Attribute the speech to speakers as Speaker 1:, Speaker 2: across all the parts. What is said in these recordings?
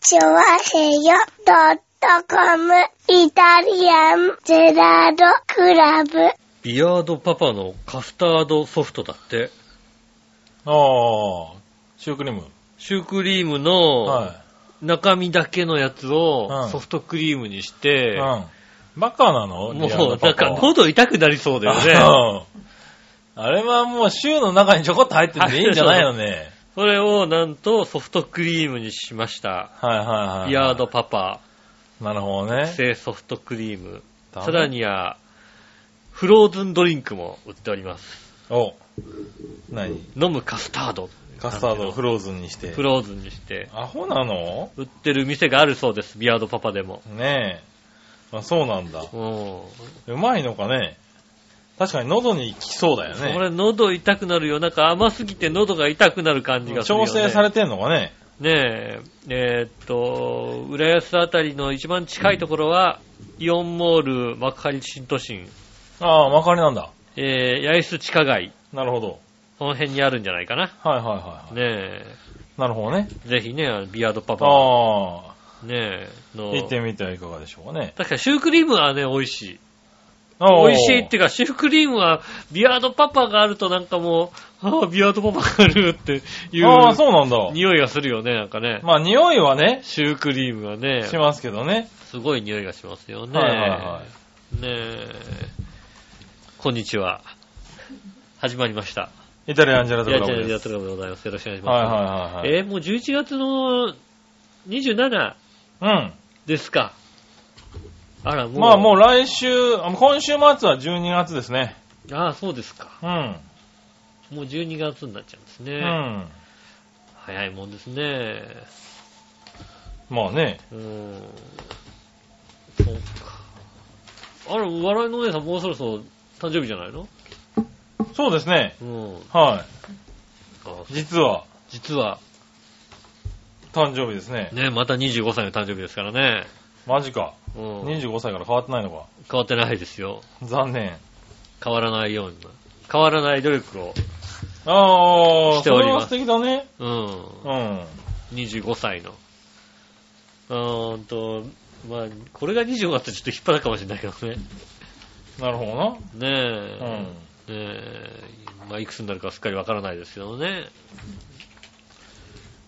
Speaker 1: チョワヘヨドットコムイタリアンゼラードクラブ。
Speaker 2: ビアードパパのカスタードソフトだって。
Speaker 3: ああ、シュークリーム。
Speaker 2: シュークリーム
Speaker 3: は
Speaker 2: の中身だけのやつ
Speaker 3: う
Speaker 2: を
Speaker 3: ん
Speaker 2: ソフトクリームにし
Speaker 3: い。
Speaker 2: て、
Speaker 3: うん。バカな
Speaker 2: も
Speaker 3: のリアル
Speaker 2: うな
Speaker 3: パ
Speaker 2: ん
Speaker 3: パ
Speaker 2: か
Speaker 3: は
Speaker 2: 喉痛くなりそうだ よね。
Speaker 3: あうんあれはもうシューの中にちょこっと入ってていいんじゃないのね。
Speaker 2: それをなんとソフトクリームにしました。
Speaker 3: はいはいはいはい。
Speaker 2: ビアードパパ
Speaker 3: なるほどね。
Speaker 2: 製ソフトクリーム。
Speaker 3: ダメ
Speaker 2: さら。には、フローズンドリンクも売っております。
Speaker 3: お。何
Speaker 2: 飲むカスタード。
Speaker 3: カスタードをフローズンにして
Speaker 2: フ。ローズンにして。
Speaker 3: アホなの
Speaker 2: 売ってる店があるそうです、ビアードパパでも。
Speaker 3: ねえ。あそうなんだ。
Speaker 2: うん。
Speaker 3: うまいのかね。確かに喉に効きそうだよ
Speaker 2: こ
Speaker 3: ね。
Speaker 2: れ喉痛くなるよ。なんか甘すぎて喉が痛くなる感じがするよ、
Speaker 3: 調
Speaker 2: ね。
Speaker 3: 整されてんのかね。
Speaker 2: ねえ、えーっと、浦安あたりの一番近いところは、イオンモール幕張新都心、
Speaker 3: ああ、まかりなんだ。
Speaker 2: えー、八重洲地下街、
Speaker 3: なるほど。
Speaker 2: その辺にあるんじゃないかな。
Speaker 3: はいはいはいは
Speaker 2: ね
Speaker 3: い。なるほどね。
Speaker 2: え、ぜひね、あのビアードパパの、
Speaker 3: あ
Speaker 2: ねえ、
Speaker 3: あ、
Speaker 2: の、
Speaker 3: 行ってみてはいかがでしょうかね。
Speaker 2: 確かシュークリームはね、美味しい。
Speaker 3: おー
Speaker 2: 美味しいっていうか、シュークリームは、ビアードパパがあるとなんかもう、ああ、ビアードパパがあるっていう、
Speaker 3: ああ、そうなんだ。
Speaker 2: 匂いがするよね、なんかね。
Speaker 3: まあ、匂いはね、
Speaker 2: シュークリームはね、
Speaker 3: しますけどね。
Speaker 2: すごい匂いがしますよね。
Speaker 3: はいはいはい。
Speaker 2: ねえ。こんにちは。始まりました。
Speaker 3: イタリアンジェラート
Speaker 2: い
Speaker 3: ク
Speaker 2: や
Speaker 3: ラ
Speaker 2: いや
Speaker 3: ブ
Speaker 2: い
Speaker 3: で
Speaker 2: や
Speaker 3: す。
Speaker 2: トラブでございます。よろしくお願いし
Speaker 3: はい
Speaker 2: ます。
Speaker 3: はいはいはい。
Speaker 2: えーもう11月の27
Speaker 3: うん。
Speaker 2: ですか。あら、もう。
Speaker 3: まあもう来週、あ今週末は12月ですね。
Speaker 2: ああ、そうですか。
Speaker 3: うん。
Speaker 2: もう12月になっちゃうんですね。
Speaker 3: うん。
Speaker 2: 早いもんですね。
Speaker 3: まあね。
Speaker 2: うーん。そうか。あら、笑いのお姉さんもうそろそろ誕生日じゃないの
Speaker 3: そうですね。
Speaker 2: うん。
Speaker 3: は
Speaker 2: あ
Speaker 3: い。実は、
Speaker 2: 実は、
Speaker 3: 誕生日ですね。
Speaker 2: ね、また25歳の誕生日ですからね。
Speaker 3: マジか。
Speaker 2: うん。
Speaker 3: 25歳から変わってないのか。
Speaker 2: 変わってないですよ。
Speaker 3: 残念。
Speaker 2: 変わらないように。変わらない努力を。
Speaker 3: ああ、
Speaker 2: して
Speaker 3: そ
Speaker 2: おり
Speaker 3: れ
Speaker 2: ま
Speaker 3: は
Speaker 2: す
Speaker 3: 素敵だね。
Speaker 2: うん。
Speaker 3: うん。
Speaker 2: 25歳の。うーんと、まあ、これが25だったらちょっと引っ張るかもしれないけどね。
Speaker 3: なるほどな。
Speaker 2: ねえ。ね
Speaker 3: うん。
Speaker 2: え。まあ、いくつになるかすっかりわからないですけどね。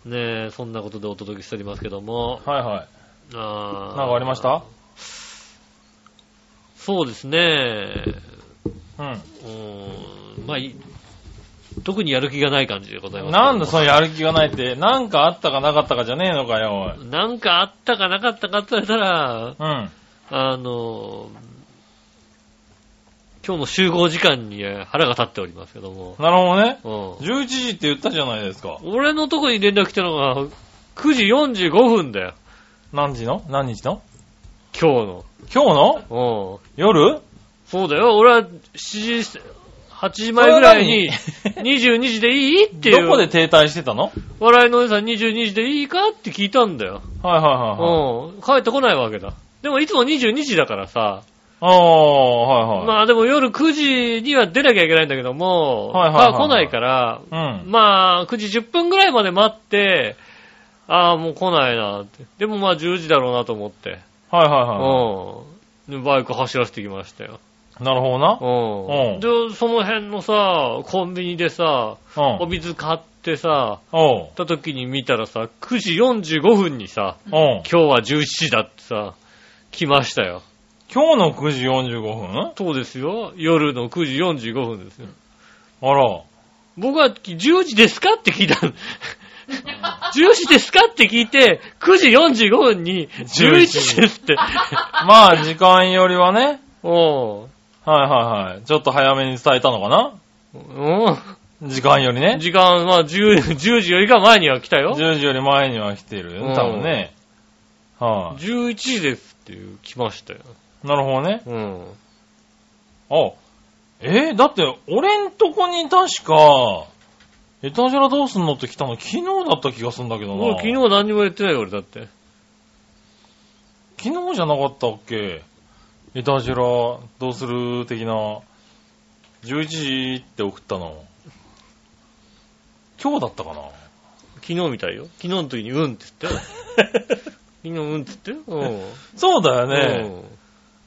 Speaker 2: ねえ、そんなことでお届けしておりますけども。
Speaker 3: はいはい。
Speaker 2: あー
Speaker 3: なんかありました
Speaker 2: そうですね。
Speaker 3: うん。
Speaker 2: うーん。まあ、い特にやる気がない感じでございますけども。
Speaker 3: なんだそのやる気がないって、なんかあったかなかったかじゃねえのかよ、
Speaker 2: なんかあったかなかったかって言われたら、
Speaker 3: おい。うん。
Speaker 2: あの、今日の集合時間に腹が立っておりますけども。
Speaker 3: なるほどね。
Speaker 2: うん、
Speaker 3: 11時って言ったじゃないですか。
Speaker 2: 俺のとこに連絡来たのが9時45分だよ。
Speaker 3: 何時の何日の
Speaker 2: 今
Speaker 3: 今日の
Speaker 2: 日の。うん、
Speaker 3: 夜
Speaker 2: そうだよ。俺は7時、8時前ぐらいに
Speaker 3: それは
Speaker 2: 22時でいいっていう。
Speaker 3: どこで停滞してたの
Speaker 2: 笑いのお姉さん22時でいいかって聞いたんだよ。
Speaker 3: はいはいはいはい。
Speaker 2: うん。帰ってこないわけだ。でもいつも22時だからさ。
Speaker 3: ああ、はいはい。
Speaker 2: まあでも夜9時には出なきゃいけないんだけども、
Speaker 3: はいはいはいはい
Speaker 2: まあ来ないから、
Speaker 3: うん。
Speaker 2: まあ9時10分ぐらいまで待って、ああもう来ないなって。でもまあ10時だろうなと思って、
Speaker 3: はいは
Speaker 2: うん。でバイク走らせてきましたよ。
Speaker 3: いはい。なるほど
Speaker 2: う
Speaker 3: な。
Speaker 2: ん。で、その辺のさ、コンビニでさ、
Speaker 3: う
Speaker 2: お
Speaker 3: ん。
Speaker 2: 水買ってさ、
Speaker 3: おう。
Speaker 2: 行った時に見たらさ、9時45分にさ、
Speaker 3: おう。
Speaker 2: 今日は11時だってさ、来ましたよ。
Speaker 3: 今日の9時45分
Speaker 2: そうですよ。夜の9時45分ですよ。
Speaker 3: あら。
Speaker 2: 僕は10時ですかって聞い たの。10時ですかって聞いて、9時45分に11時ですって。
Speaker 3: まあ、時間よりはね。
Speaker 2: おう
Speaker 3: はいはいはい。ちょっと早めに伝えたのかな
Speaker 2: う
Speaker 3: 時間よりね
Speaker 2: ん。。時間は10、10時よりか前には来たよ。
Speaker 3: 10時より前には来てるよ
Speaker 2: う
Speaker 3: ね。
Speaker 2: ん
Speaker 3: 多分ね。はい、
Speaker 2: 11時ですっていう来ましたよ。
Speaker 3: なるほどね。
Speaker 2: うん。
Speaker 3: あ、えーだって、俺んとこに確か、エタジェラどうすんのって来たの昨日だった気がするんだけど
Speaker 2: 俺
Speaker 3: な。
Speaker 2: 昨日何にも言ってないよ、俺だって。
Speaker 3: 昨日じゃなかったっけエタジェラどうする的な、11時って送ったの。今日だったかな
Speaker 2: 昨日みたいよ。昨日の時にうんって言って。昨日うんっつって。う
Speaker 3: そうだよ
Speaker 2: ん。
Speaker 3: ね。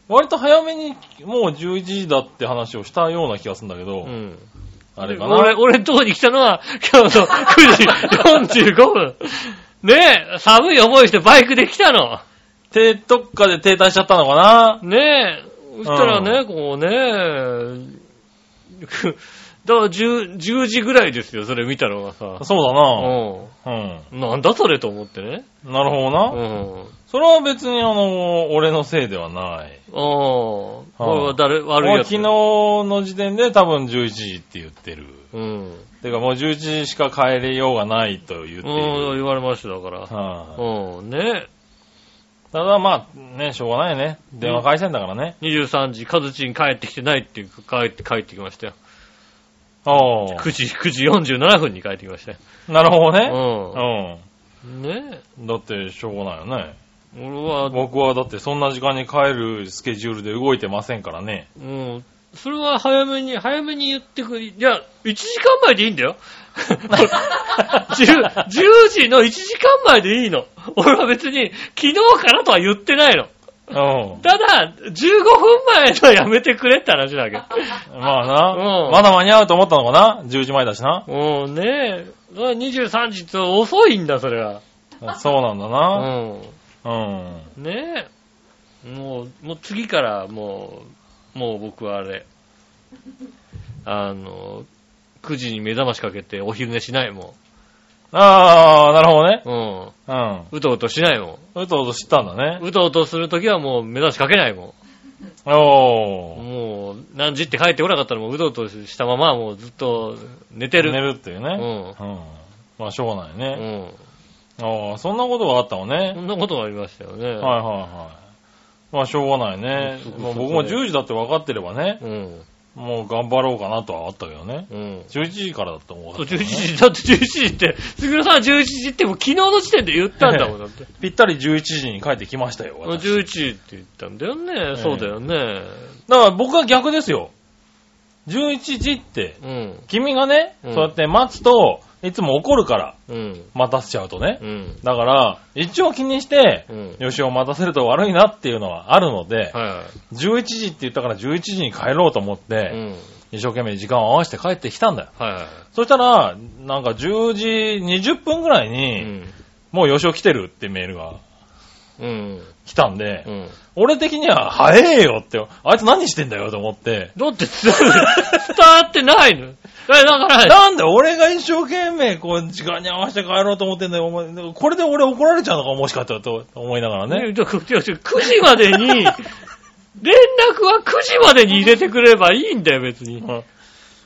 Speaker 3: 割と早めに、もう11時だって話をしたような気がするんだけ
Speaker 2: う
Speaker 3: ど、
Speaker 2: ん。
Speaker 3: あれか
Speaker 2: 俺、
Speaker 3: な。
Speaker 2: 俺のとこに来たのは、今日の9時45分。ねえ、寒い思いしてバイクで来たの。
Speaker 3: て、どっかで停滞しちゃったのかな。
Speaker 2: ねえ、そしたらね、こうね、だから 10, 10時ぐらいですよ、それ見たのがさ。
Speaker 3: そうだ
Speaker 2: う
Speaker 3: な。
Speaker 2: ん。
Speaker 3: うん。
Speaker 2: なんだそれと思ってね。
Speaker 3: なるほど
Speaker 2: う
Speaker 3: な。
Speaker 2: ん。
Speaker 3: それは別にあの、俺のせいではない。
Speaker 2: ああ、これは誰、悪い
Speaker 3: もう
Speaker 2: やつ。
Speaker 3: 昨日の時点で多分11時って言ってる。
Speaker 2: うん。
Speaker 3: てかもう11時しか帰れようがないと言ってい
Speaker 2: うん、
Speaker 3: る。
Speaker 2: 言われました、だから。
Speaker 3: は
Speaker 2: う
Speaker 3: い
Speaker 2: ん、ね
Speaker 3: ただまあ、ね、しょうがないね。電話回線だからね。
Speaker 2: 23時、カズチン帰ってきてないっていうか、帰って、帰ってきましたよ。
Speaker 3: おう
Speaker 2: 9時、9時47分に帰ってきました
Speaker 3: なるほどね。
Speaker 2: よ。
Speaker 3: うん。
Speaker 2: うん。ね
Speaker 3: だって、しょうがないよね。
Speaker 2: え、俺は、
Speaker 3: 僕はだって、そんな時間に帰るスケジュールで動いてませんからね。
Speaker 2: うん。それは早めに、早めに言ってくれ、いや、1時間前でいいんだよ。10, 10時の1時間前でいいの。俺は別に昨日からとは言ってないの。
Speaker 3: うん。
Speaker 2: ただ、15分前のやめてくれって話だけど。
Speaker 3: まあな、
Speaker 2: うん
Speaker 3: まだ間に合うと思ったのかな ?10 時前だしな。
Speaker 2: うん、ねえ。それは23時って遅いんだ、それは。
Speaker 3: そうなんだ
Speaker 2: う
Speaker 3: な。
Speaker 2: ん。
Speaker 3: うん。
Speaker 2: ねえ。もう、もう次からもう、もう僕はあれ、あの、9時に目覚ましかけてお昼寝しないも
Speaker 3: ああ、なるほどね。
Speaker 2: ん。
Speaker 3: うん。
Speaker 2: うん。うとうとしないも
Speaker 3: うとうと知ったんだね
Speaker 2: ん。。うとうとするときはもう目覚ましかけないもん。
Speaker 3: おー。
Speaker 2: もう、何時って帰ってこなかったらもううとうとしたままもうずっと寝て
Speaker 3: 寝
Speaker 2: る。
Speaker 3: るっていうね。
Speaker 2: う
Speaker 3: うん。まあ、しょうがないうね。
Speaker 2: ん。
Speaker 3: ああ、そんなことがあったの
Speaker 2: そ
Speaker 3: ね。
Speaker 2: んなことがありましたよね。
Speaker 3: はいはいはい。まあ、しょうがないね
Speaker 2: そうそう。そう
Speaker 3: まあ僕も10時だって分かってればね、
Speaker 2: うん。
Speaker 3: もう頑張ろうかなとはあったけどね。
Speaker 2: うん。
Speaker 3: 11時からだと思うか
Speaker 2: そう、
Speaker 3: らね、
Speaker 2: 11時、だって11時って、杉浦さんは11時ってもう昨日の時点で言ったんだもん、だって。
Speaker 3: ぴったり11時に帰ってきましたよ。私
Speaker 2: 11時って言ったんだよね。そうだよね。
Speaker 3: だから僕は逆ですよ。11時って、
Speaker 2: うん。
Speaker 3: 君がね、
Speaker 2: うん
Speaker 3: そうやって待つと、いつも怒るから、
Speaker 2: うん。
Speaker 3: 待たせちゃうとね。
Speaker 2: うん。
Speaker 3: だから、一応気にして、
Speaker 2: うん。
Speaker 3: よしお待たせると悪いなっていうのはあるので、
Speaker 2: は
Speaker 3: 11時って言ったから11時に帰ろうと思っ
Speaker 2: い。う
Speaker 3: て、
Speaker 2: ん。
Speaker 3: 一生懸命時間を合わせて帰ってきたんだよ。
Speaker 2: は
Speaker 3: そしたら、なんか10時20分ぐらい
Speaker 2: い。う
Speaker 3: に、
Speaker 2: ん。
Speaker 3: もうよしお来てるってメールが
Speaker 2: うん。
Speaker 3: 来たんで、
Speaker 2: うん。
Speaker 3: 俺的には早えよって、あいつ何してんだよと思って、
Speaker 2: だって伝わってないの。え、だから、
Speaker 3: なんで俺が一生懸命こう時間に合わせて帰ろうと思ってんだよ、お前これで俺怒られちゃうのかもしかしたらと思いながらね。
Speaker 2: ね、だから9時ま でに、連絡は9時までに入れてくれればいいんだよ、別に。
Speaker 3: うん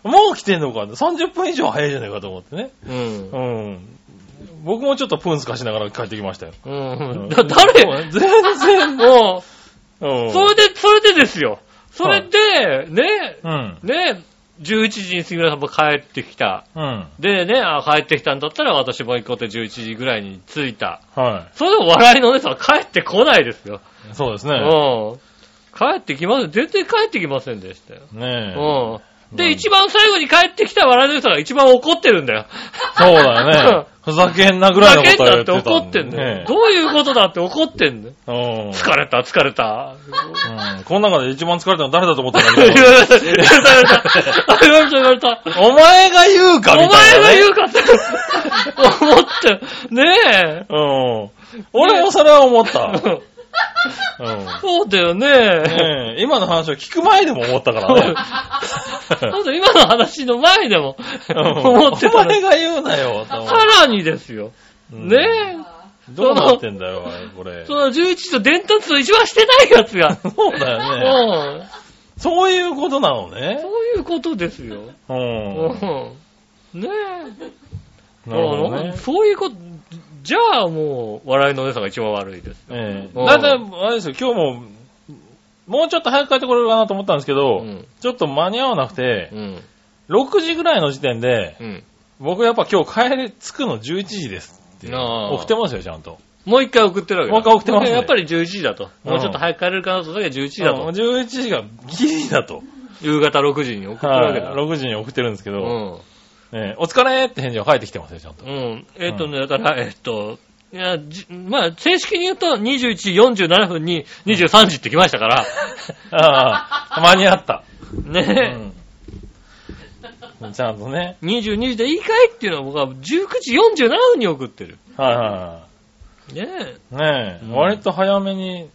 Speaker 3: もう来てんのか、30分以上早いじゃないかと思ってね。
Speaker 2: うん
Speaker 3: う。ん。僕もちょっとプンスかしながら帰ってきましたよ。
Speaker 2: うん。だ誰
Speaker 3: 全然。
Speaker 2: もう、
Speaker 3: うん
Speaker 2: それで、それでですよ。それで、ね、
Speaker 3: うん。
Speaker 2: ね、11時に杉村さんも帰ってきた。
Speaker 3: うん。
Speaker 2: でね、あ帰ってきたんだったら私も行こうって11時ぐらいに着いた。
Speaker 3: は
Speaker 2: それでも笑いのお姉さんは帰ってこないですよ。
Speaker 3: い。そうです
Speaker 2: う
Speaker 3: ね。
Speaker 2: ん。帰ってきません。全然帰ってきませんでしたよ。
Speaker 3: ねえ。
Speaker 2: うん。
Speaker 3: う
Speaker 2: で、
Speaker 3: ん
Speaker 2: 一番最後に帰ってきた笑いのお姉さんが一番怒ってるんだよ。
Speaker 3: そうだよね。 ふざけんなぐらいの
Speaker 2: ふざ
Speaker 3: こ
Speaker 2: け
Speaker 3: と
Speaker 2: んな
Speaker 3: は言
Speaker 2: っ
Speaker 3: っ
Speaker 2: 怒って
Speaker 3: ててたん
Speaker 2: んだよ。どういうことだって怒ってんだよ。
Speaker 3: うん。
Speaker 2: 疲れた、疲れ た。
Speaker 3: うん。この中で一番疲れたの誰だと思ったん
Speaker 2: 言わ
Speaker 3: だけど。
Speaker 2: れた、言われた、言われた、言われた。
Speaker 3: お前が言うか
Speaker 2: お前
Speaker 3: みたい
Speaker 2: が
Speaker 3: な、ね。
Speaker 2: 言うかって思って、ねえ。
Speaker 3: うん。俺もそれは 思った。うん。
Speaker 2: そうだよね。
Speaker 3: ねえ今の話を聞く前でも思ったからね。
Speaker 2: あと今の話の前でも思って
Speaker 3: お
Speaker 2: た
Speaker 3: 前
Speaker 2: ら、
Speaker 3: が言うなよ、と思
Speaker 2: さらにですよ。
Speaker 3: う
Speaker 2: ねえ。
Speaker 3: うんどうなってんだよ、おいこれ。
Speaker 2: その11時と伝達の一番してないやつが。
Speaker 3: そうだ よ
Speaker 2: う
Speaker 3: ね。
Speaker 2: ん。
Speaker 3: そういうことなの
Speaker 2: そ
Speaker 3: ね。
Speaker 2: ういうことですよ。
Speaker 3: う。
Speaker 2: うんん。ねえ。
Speaker 3: なるほ
Speaker 2: う
Speaker 3: ど
Speaker 2: ん
Speaker 3: ね。
Speaker 2: そういうこと、じゃあもう、笑いのお姉さんが一番悪いです。
Speaker 3: ええ
Speaker 2: うん
Speaker 3: だいたい、あれですよ、今日も、もうちょっと早く帰ってこれるかなと思ったんですけ
Speaker 2: う
Speaker 3: ど、
Speaker 2: ん。
Speaker 3: ちょっと間に合わなくて
Speaker 2: う、ん。
Speaker 3: 6時ぐらいの時点で、
Speaker 2: うん。
Speaker 3: 僕やっぱ今日帰り着くの11時ですっていう
Speaker 2: ああ
Speaker 3: 送ってますよ、ちゃんと。
Speaker 2: もう一回送ってるわけだ
Speaker 3: もう一回送ってますね
Speaker 2: もう一回やっぱり11時だと。
Speaker 3: うん
Speaker 2: もうちょっと早く帰れるかなと、それが11時だ
Speaker 3: うん
Speaker 2: と。
Speaker 3: 11時がギリだと。
Speaker 2: 夕方6時に送ってるわ
Speaker 3: は
Speaker 2: け
Speaker 3: い、
Speaker 2: だ。
Speaker 3: 6時に送ってるんですけ
Speaker 2: う
Speaker 3: ど、
Speaker 2: ん。
Speaker 3: ええお疲れって返事が返ってきてますよ、ちゃんと
Speaker 2: う。ん。えっ、とね、だから、えっ、と、いや、じまあ、正式に言うと21時47分に23時って来ました から、
Speaker 3: ああ、間に合 った。う
Speaker 2: ね、
Speaker 3: ん。ちゃんとね。
Speaker 2: 22時でいいかいっていうのを僕は19時47分に送ってる。
Speaker 3: はいは
Speaker 2: ね
Speaker 3: いはい。ねえ、
Speaker 2: うん
Speaker 3: 割と早めに、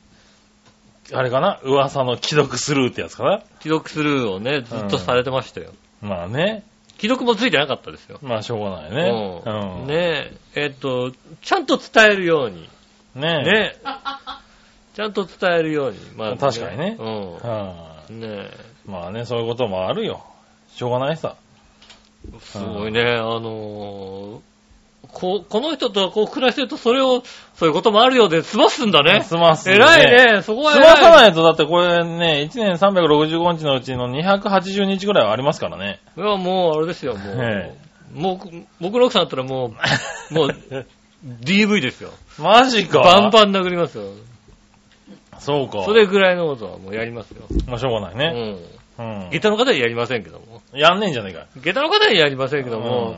Speaker 3: あれかな噂の既読スルーってやつかな
Speaker 2: 既読スルーをね、ずっとされてましたよ。
Speaker 3: まあね。
Speaker 2: 既読もついてなかったですよ。
Speaker 3: まあしょうがないね。
Speaker 2: うん
Speaker 3: うん。
Speaker 2: ねえ、えっと、ちゃんと伝えるように。
Speaker 3: ねえ。
Speaker 2: ねえ。ちゃんと伝えるように。まあ、
Speaker 3: 確かにね
Speaker 2: う
Speaker 3: は
Speaker 2: ん。ねえ。
Speaker 3: いまあね、そういうこともあるよ。しょうがないさ。
Speaker 2: すごいね、あのーこ、この人とこう暮らしてるとそれを、そういうこともあるようで済ますんだね。
Speaker 3: 済 ますんでね
Speaker 2: 偉いね、そこは
Speaker 3: 済
Speaker 2: 偉い。
Speaker 3: まさないと、だってこれね、1年365日のうちの280日ぐらいはありますからね。
Speaker 2: いや、もうあれですよ、もう
Speaker 3: え。
Speaker 2: もう、僕の奥さんだったらも う、もう、DV ですよ。
Speaker 3: マジか。
Speaker 2: バンバン殴りますよ。
Speaker 3: そうか。
Speaker 2: それぐらいのことはもうやりますよ。
Speaker 3: まあしょうがないうね。
Speaker 2: ん。
Speaker 3: うん。
Speaker 2: 下駄の方はやりませんけども。
Speaker 3: やんねえんじゃねえか。
Speaker 2: 下駄の方はやりませんけども、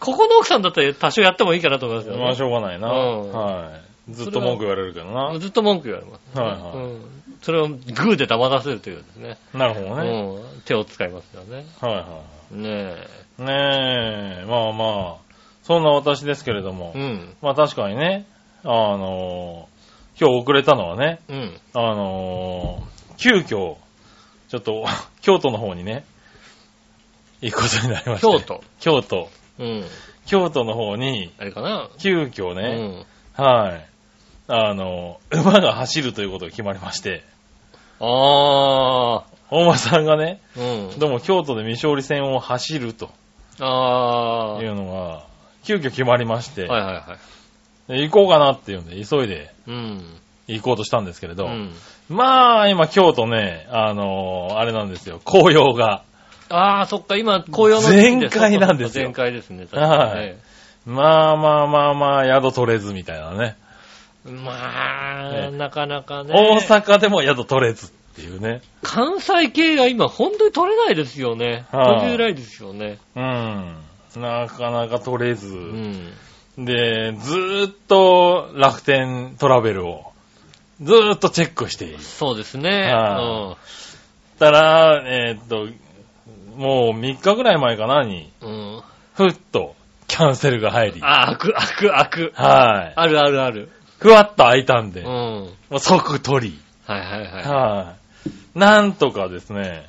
Speaker 2: ここの奥さんだったら多少やってもいいかなと思いますよ、
Speaker 3: まあしょうがないな。
Speaker 2: うん
Speaker 3: はい。ずっと文句言われるけどな。
Speaker 2: ずっと文句言われます。
Speaker 3: はいはい
Speaker 2: うんそれをグーで黙らせるというですね。
Speaker 3: なるほどね。
Speaker 2: うん手を使いますよね。
Speaker 3: はいは
Speaker 2: ね
Speaker 3: い。ねえ、まあまあ、そんな私ですけれども、
Speaker 2: え。うん。
Speaker 3: まあ確かにね、あのー今日遅れたのはね、
Speaker 2: うん。
Speaker 3: あのー急遽、ちょっと、 京都の方にね、行くことになりました。
Speaker 2: 京。都。
Speaker 3: 京都。
Speaker 2: うん。
Speaker 3: 京都の方に、
Speaker 2: あれかな。
Speaker 3: 急遽
Speaker 2: う
Speaker 3: ね、
Speaker 2: ん。
Speaker 3: はい。あのー馬が走るということが決まりまして、
Speaker 2: あ
Speaker 3: 大間さんがね、
Speaker 2: ー。うん。
Speaker 3: どうも京都で未勝利線を走ると
Speaker 2: あ
Speaker 3: い
Speaker 2: ー。
Speaker 3: うのが、急遽決まりまして、
Speaker 2: はいはいはい。
Speaker 3: で行こうかなっていうんで、急いで
Speaker 2: うん。
Speaker 3: 行こうとしたんですけれど、
Speaker 2: うん
Speaker 3: まあ、今、京都ね、あのーあれなんですよ、紅葉が。
Speaker 2: あー、そっか、今、紅葉の時期です
Speaker 3: 全開なんですよ
Speaker 2: 全開ですね、確かにね。
Speaker 3: まあまあまあまあ、宿取れずみたいなね。
Speaker 2: まあ、
Speaker 3: ね
Speaker 2: なかなかね。
Speaker 3: 大阪でも宿取れずっていうね。
Speaker 2: 関西系が今、本当に取れないですよね。
Speaker 3: はあ
Speaker 2: 取りづらいですよね。
Speaker 3: うん。なかなか取れず。
Speaker 2: うん。
Speaker 3: で、ずーっと楽天トラベルを、ずーっとチェックしてい
Speaker 2: そうですね。
Speaker 3: はたら、えーっと、もう3日ぐらい前かなに、
Speaker 2: うん。うん。
Speaker 3: ふっとキャンセルが入り。
Speaker 2: あ、開く、開く、開く。
Speaker 3: はい。
Speaker 2: あるあるある。
Speaker 3: ふわっと開いたんで、
Speaker 2: うん。
Speaker 3: も
Speaker 2: は
Speaker 3: う即取り。
Speaker 2: いはいは
Speaker 3: はい。なんとかですね、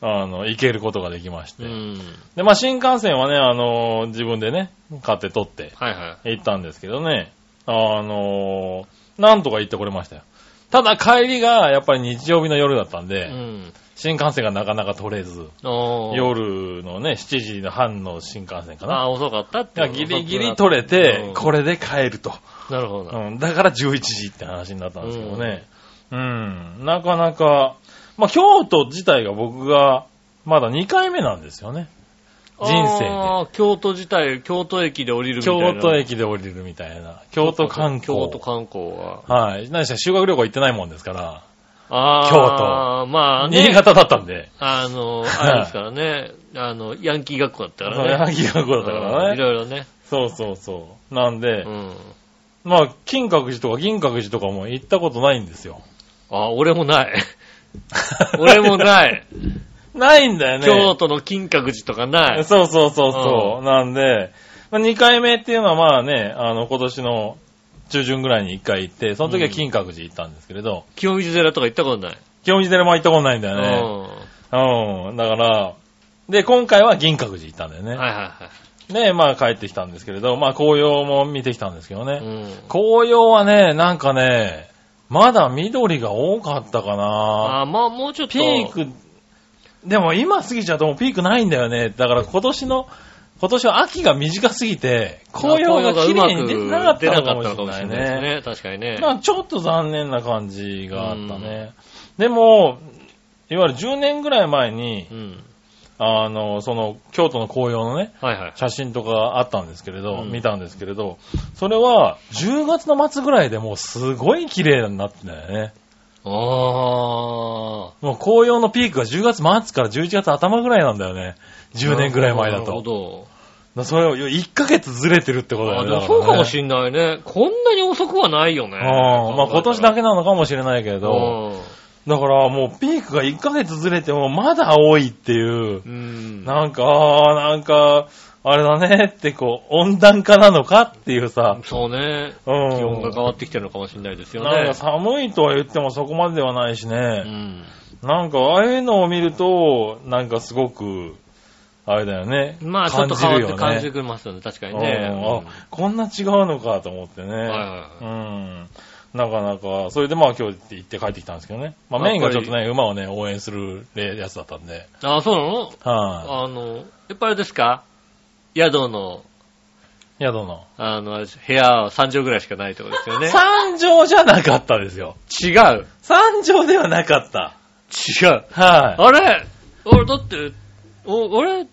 Speaker 3: あの、行けることができまし
Speaker 2: い。
Speaker 3: て。
Speaker 2: うん。
Speaker 3: で、まあ、新幹線はね、あのー自分でね、買って取って
Speaker 2: はいは
Speaker 3: 行ったんですけどね、あのーなんとか行ってこれましたよ。ただ帰りが、やっぱり日曜日の夜だったんで、
Speaker 2: い。うん。
Speaker 3: 新幹線がなかなか取れず、
Speaker 2: おー。
Speaker 3: 夜のね、7時の半の新幹線か
Speaker 2: あ
Speaker 3: な。
Speaker 2: ー、遅かったって。
Speaker 3: がギリギリ取れ
Speaker 2: うん
Speaker 3: て、これで帰ると。
Speaker 2: なるほど。
Speaker 3: うん、だから11時って話になったんですけどね。うん、なかなか、まあ、京都自体が僕が、まだ2回目なんですよね。人生で
Speaker 2: あー京都自体、京都駅で降りるみたいな。
Speaker 3: 京都駅で降りるみたいな。京都観光。
Speaker 2: 京都観光は。
Speaker 3: はい。何でした修学旅行行ってないもんですから、
Speaker 2: あー。まあね。
Speaker 3: 新潟だったんで、
Speaker 2: あの、あれですからね。あの、ヤンキー学校だったか
Speaker 3: そう
Speaker 2: らね。
Speaker 3: ヤンキー学校だったから
Speaker 2: うんい
Speaker 3: ね。
Speaker 2: ろいろね。
Speaker 3: そうそうそう。なんで、
Speaker 2: うん。
Speaker 3: まあ、金閣寺とか銀閣寺とかも行ったことないんですよ。
Speaker 2: あ、俺もない。 俺もない。
Speaker 3: ないんだよね。
Speaker 2: 京都の金閣寺とかない。
Speaker 3: そうそうそうそう。なんで、まあ、2回目っていうのはまあね、あの、今年の中旬ぐらいに1回行って、その時は金閣寺行ったんですけれど、
Speaker 2: 清水寺とか行ったことない。
Speaker 3: 清水寺も行ったことないん
Speaker 2: う
Speaker 3: だよ
Speaker 2: ん。
Speaker 3: ね。
Speaker 2: は
Speaker 3: うん。だから、で、今回は銀閣寺行ったんだよ
Speaker 2: い
Speaker 3: ね。
Speaker 2: はいは
Speaker 3: で、まあ帰ってきたんですけれど、まあ紅葉も見てきたんですけどね。
Speaker 2: い。うん。
Speaker 3: 紅葉はね、なんかね、まだ緑が多かったかな。
Speaker 2: あ、まあもうちょっと。
Speaker 3: ピーク、でも今過ぎちゃうともうピークないんだよね。だから今年の、今年は秋が短すぎて、紅葉が綺麗に出てなかったのかもしれな
Speaker 2: 出なか
Speaker 3: い
Speaker 2: ったのかもしれない
Speaker 3: ね。
Speaker 2: ですね。確かにね。
Speaker 3: なんかちょっと残念な感じがあったね。でも、いわゆる10年ぐらい前に
Speaker 2: う、ん。
Speaker 3: あの、その、京都の紅葉のね、
Speaker 2: はいはい。
Speaker 3: 写真とかあったんですけれど、
Speaker 2: うん
Speaker 3: 見たんですけれど、それは10月の末ぐらいでもうすごい綺麗になってんだよね。
Speaker 2: ああ。
Speaker 3: もう紅葉のピークが10月末から11月頭ぐらいなんだよね。10年ぐらい前だ
Speaker 2: なるほ
Speaker 3: と。
Speaker 2: ど。
Speaker 3: らそれを1ヶ月ずれてるってことだ
Speaker 2: あ
Speaker 3: よ
Speaker 2: ー
Speaker 3: ね。
Speaker 2: でもそうかも
Speaker 3: れ
Speaker 2: しんないね。こんなに遅くはないよね。
Speaker 3: ない。うん。まあ今年だけなのかもしれないけれ
Speaker 2: け
Speaker 3: ど、だからもうピークが1ヶ月ずれてもまだ多いっていう
Speaker 2: う、ん。
Speaker 3: なんか、あーなんか、あれだねってこう、温暖化なのかっていうさ、
Speaker 2: そうね。
Speaker 3: うん。
Speaker 2: 気温が変わってきてるのかもしれないですよね。
Speaker 3: なんか寒いとは言ってもそこまでではないし
Speaker 2: う
Speaker 3: ね。
Speaker 2: ん。
Speaker 3: なんか、ああいうのを見ると、なんかすごく、あれだよね。
Speaker 2: まあ、ちょっと変わって感じて
Speaker 3: る
Speaker 2: くれますよね。確かに
Speaker 3: よ
Speaker 2: ね。うん
Speaker 3: うんあ、こんな違うのかと思ってね。
Speaker 2: はいはい
Speaker 3: うん。なかなか、それでまあ今日行って帰ってきたんですけどね。まあメインがちょっとね、馬をね、応援するやつだったんで。
Speaker 2: あ、そうなの
Speaker 3: は
Speaker 2: あの、やっぱりあれですか宿の、
Speaker 3: い。宿の。
Speaker 2: あの、あれです部屋は3畳ぐらいしかないとこですよね。
Speaker 3: 三条じゃなかったですよ。
Speaker 2: 違う。
Speaker 3: 三条ではなかった。
Speaker 2: 違う。
Speaker 3: は
Speaker 2: あれ俺だって、お俺、
Speaker 3: い。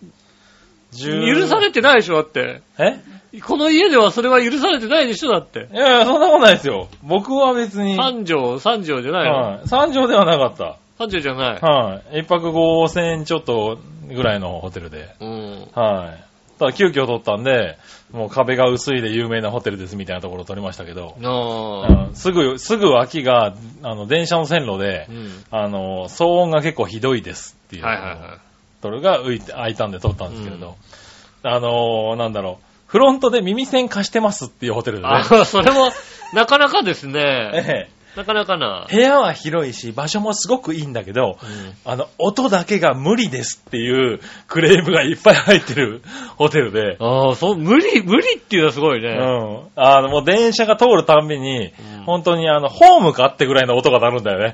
Speaker 3: 十
Speaker 2: 許されてないでしょだって。
Speaker 3: え
Speaker 2: この家ではそれは許されてないでしょだって。
Speaker 3: いやいや、そんなことないですよ。僕は別に。
Speaker 2: 3畳、3畳じゃないの
Speaker 3: はい。三条ではなかった。
Speaker 2: ?3 畳じゃない。
Speaker 3: はい。一泊五千円ちょっとぐらいのホテルで。
Speaker 2: うん。
Speaker 3: はい。ただ急遽取ったんで、もう壁が薄いで有名なホテルですみたいなところを取りましたけど、
Speaker 2: なあ。
Speaker 3: うんすぐ、すぐ脇が、あの、電車の線路で
Speaker 2: う、ん。
Speaker 3: あの、騒音が結構ひどいですっていう、
Speaker 2: はいはいは
Speaker 3: ホテルが浮いて、開いたんで取ったんですけれど、あの、なんだろう、フロントで耳栓貸してますっていうホテル
Speaker 2: い。
Speaker 3: でね、
Speaker 2: あ、 それも、なかなかですね。
Speaker 3: え
Speaker 2: なかなかな
Speaker 3: え。部屋は広いし、場所もすごくいいんだけど、
Speaker 2: うん。
Speaker 3: あの、音だけが無理ですっていうクレームがいっぱい入ってる ホテルで、
Speaker 2: ああ、そう、無理、無理っていうのはすごいうね。
Speaker 3: ん。あの、もう電車が通るたんびに、
Speaker 2: うん
Speaker 3: 本当にあの、ホームかってぐらいの音が鳴るんだよね。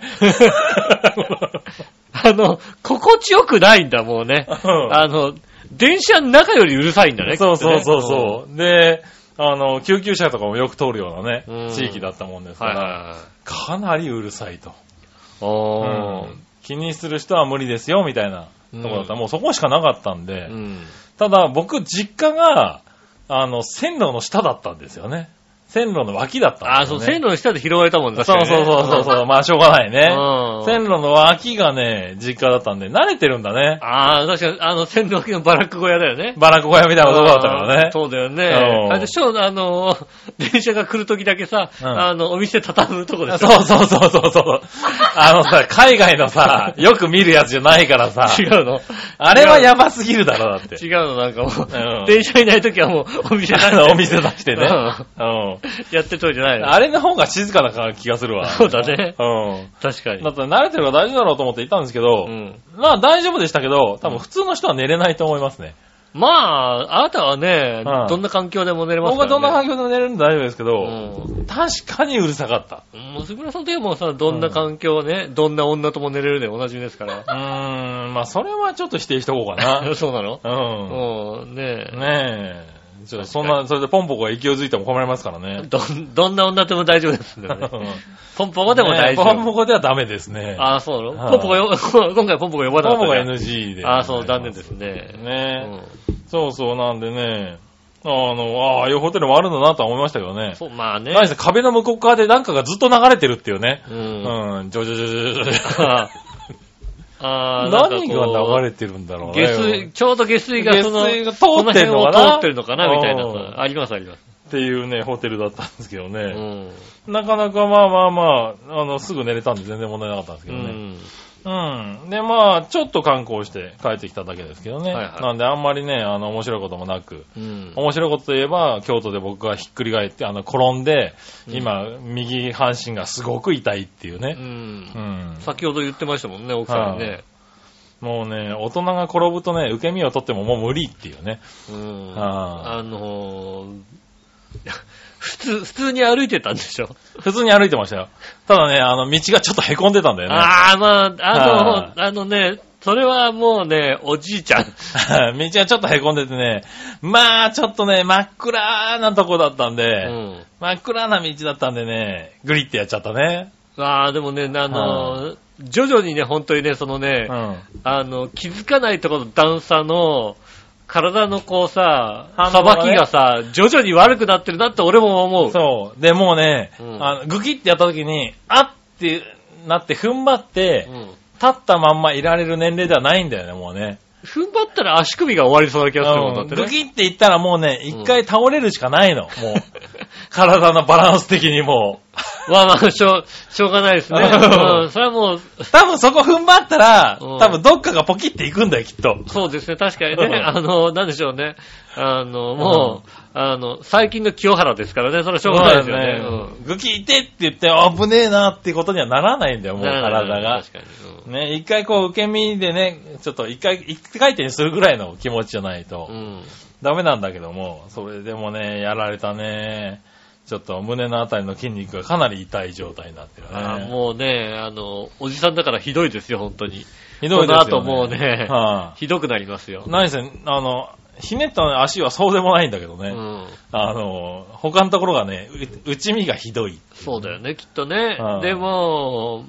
Speaker 2: あの、心地よくないんだ、もうね。
Speaker 3: うん
Speaker 2: あの、電車の中よりうるさいんだね。
Speaker 3: そうそうそう
Speaker 2: う。
Speaker 3: そう。で、あの、救急車とかもよく通るようなね、
Speaker 2: うん
Speaker 3: 地域だったもんですか
Speaker 2: はい
Speaker 3: ら、
Speaker 2: はいはい。
Speaker 3: かなりうるさいと、
Speaker 2: ああ。
Speaker 3: 気にする人は無理ですよ、みたいなとこだった。
Speaker 2: うん
Speaker 3: もうそこしかなかったんで、
Speaker 2: うん。
Speaker 3: ただ僕、実家が、あの、線路の下だったんですよね。線路の脇だった
Speaker 2: あ
Speaker 3: ん
Speaker 2: あ、
Speaker 3: です
Speaker 2: そ
Speaker 3: よ、
Speaker 2: う、
Speaker 3: ね。
Speaker 2: 線路の下で拾われたもん、確か
Speaker 3: そう
Speaker 2: にね。
Speaker 3: そうそうそうそう。まあ、しょうがないね。
Speaker 2: うん
Speaker 3: 線路の脇がね、実家だったんで、慣れてるんだね。
Speaker 2: ああ、確かに、あの、線路脇のバラック小屋だよね。
Speaker 3: バラック小屋みたいなとこだったから
Speaker 2: あー
Speaker 3: ね。
Speaker 2: そうだよね。
Speaker 3: うん
Speaker 2: あれでしょ、あの、 電車が来るときだけさ、
Speaker 3: うん
Speaker 2: あの、お店畳むとこでしょ。
Speaker 3: そうそうそうそうそう。あのさ、海外のさ、よく見るやつじゃないからさ、
Speaker 2: 違うの
Speaker 3: あれはやばすぎるだろ、だって。
Speaker 2: 違うの、なんかも
Speaker 3: うん
Speaker 2: う、電車いないときはもう、お店
Speaker 3: あ のお店出してね。うん。
Speaker 2: やってとるじゃないの。
Speaker 3: あれの方が静かな気がするわ。
Speaker 2: そうだね。
Speaker 3: う
Speaker 2: 確かに
Speaker 3: ん。だ。って慣れてるから大丈夫だろうと思って行ったんですけど、
Speaker 2: うん。
Speaker 3: まあ大丈夫でしたけど、多分普通の人は寝れないと思いますね。
Speaker 2: まあ、あなたはね
Speaker 3: うん、
Speaker 2: どんな環境でも寝れます
Speaker 3: 僕
Speaker 2: か
Speaker 3: は
Speaker 2: らね。
Speaker 3: どんな環境でも寝れるんで大丈夫ですけど、
Speaker 2: うん
Speaker 3: 確かにうるさかった。
Speaker 2: もう、杉村さんといえばもうさ、どんな環境ね、どんな女とも寝れるでおなじみです から。
Speaker 3: うーん、まあそれはちょっと否定しとこうか
Speaker 2: そうなの
Speaker 3: な。
Speaker 2: うん、ね
Speaker 3: うん。ねえ。ちょっとそんな、それでポンポコが勢いづいても困りますから
Speaker 2: え。
Speaker 3: ね。
Speaker 2: どん、どんな女でも大丈夫ですんでね。 ポンポコでも大丈
Speaker 3: ねえポンポ
Speaker 2: 夫。
Speaker 3: コではダメですね。
Speaker 2: ああ、そうな
Speaker 3: は
Speaker 2: のポン
Speaker 3: い
Speaker 2: ポコよ、 今回ポンポコ呼ばなかっ
Speaker 3: ポンポ
Speaker 2: た
Speaker 3: コ
Speaker 2: じゃん。
Speaker 3: NG で。
Speaker 2: ああ、そう、残念ですね。
Speaker 3: ね
Speaker 2: う
Speaker 3: え。そうそう、なんでね。あの、ああいうホテルもあるんだなとは思いましたけどね
Speaker 2: ん。。そう、まあね。
Speaker 3: 何せ壁の向こう側でなんかがずっと流れてるっていうね。
Speaker 2: う。
Speaker 3: うん ん、ジョジョジョジョジョジョ。
Speaker 2: あ あ、
Speaker 3: 何が
Speaker 2: れ
Speaker 3: 流れてるんだろうね。
Speaker 2: 下水、ちょうど下水がその、
Speaker 3: 下水が通ってんのかな
Speaker 2: その辺を通ってるのかなみたいな
Speaker 3: う
Speaker 2: の
Speaker 3: ん
Speaker 2: が。あります、あります。
Speaker 3: っていうね、ホテルだったんですけど
Speaker 2: う
Speaker 3: ね。
Speaker 2: ん。
Speaker 3: なかなかまあまあまあ、あの、すぐ寝れたんで全然問題なかったんですけ
Speaker 2: う
Speaker 3: どね。
Speaker 2: ん。
Speaker 3: うん。で、まあ、ちょっと観光して帰ってきただけですけどね。
Speaker 2: はいはい
Speaker 3: なんであんまりね、あの、面白いこともなく。
Speaker 2: うん。
Speaker 3: 面白いことといえば、京都で僕がひっくり返って、あの、転んで、今、右半身がすごく痛いっていう
Speaker 2: う
Speaker 3: ね。
Speaker 2: ん
Speaker 3: うん。
Speaker 2: 先ほど言ってましたもんね、奥さんにね。
Speaker 3: もうね、大人が転ぶとね、受け身を取ってももう無理っていうね。
Speaker 2: うん。
Speaker 3: は
Speaker 2: あのー、普通、普通に歩いてたんでしょ、
Speaker 3: 普通に歩いてましたよ。ただね、あの、道がちょっと凹んでたんだよね。
Speaker 2: ああ、まあ、
Speaker 3: は
Speaker 2: あの、あのね、それはもうね、おじいちゃん。
Speaker 3: 道がちょっと凹んでてね、まあ、ちょっとね、真っ暗なとこだったんで、
Speaker 2: うん。
Speaker 3: 真っ暗な道だったんでね、グリってやっちゃったね。
Speaker 2: ああ、でもね、あのー、徐々にね、本当にね、そのね、
Speaker 3: うん。
Speaker 2: あの、気づかないところの段差の、体のこうさ、
Speaker 3: 反
Speaker 2: さ
Speaker 3: 応が
Speaker 2: ば
Speaker 3: ね
Speaker 2: きがさ、徐々に悪くなってるなって俺も思う。
Speaker 3: そう。で、もうね、
Speaker 2: うん
Speaker 3: あのグキってやった時に、あってなって踏ん張って、
Speaker 2: うん。
Speaker 3: 立ったまんまいられる年齢ではないんだよね、もうね。
Speaker 2: 踏ん張ったら足首が終わりそうな気がするもんだって
Speaker 3: うん
Speaker 2: ね。
Speaker 3: グキって言ったらもうね、
Speaker 2: うん
Speaker 3: 一回倒れるしかな いの。もう、体のバランス的にも
Speaker 2: まあまあ、しょう、しょうがないですね。
Speaker 3: うん
Speaker 2: うんそれはもう、
Speaker 3: う。多分そこ踏ん張ったら、
Speaker 2: うん
Speaker 3: 多分どっかがポキっていくんだよ、きっと。
Speaker 2: そうですね、確かに
Speaker 3: うん
Speaker 2: ね、あの、なんでしょうね。あの、もう、あの、最近の清原ですからね、それはしょうがないですよね。
Speaker 3: そうだねグキってって言って、あ危ねえなってことにはならないんだよ、
Speaker 2: う
Speaker 3: も
Speaker 2: ん
Speaker 3: う体が。
Speaker 2: 確かに。
Speaker 3: ね、一回こう受け身でね、ちょっと一回、一回転するぐらいの気持ちじゃないと
Speaker 2: う、ん。
Speaker 3: ダメなんだけども、それでもね、やられたね。ちょっと胸のあたりの筋肉がかなり痛い状態になってるね。
Speaker 2: あーもうね、あの、おじさんだからひどいですよ、本当に。
Speaker 3: ひどいですよ、
Speaker 2: こ
Speaker 3: ね。
Speaker 2: の後もうね
Speaker 3: は
Speaker 2: ひどくなりますよ
Speaker 3: い。。何せ、あの、ひねった足はそうでもないんだけど
Speaker 2: う
Speaker 3: ね。
Speaker 2: ん。
Speaker 3: あの、他のところがね、う内身がひどい。
Speaker 2: そうだよね、きっとね
Speaker 3: う。ん
Speaker 2: でも、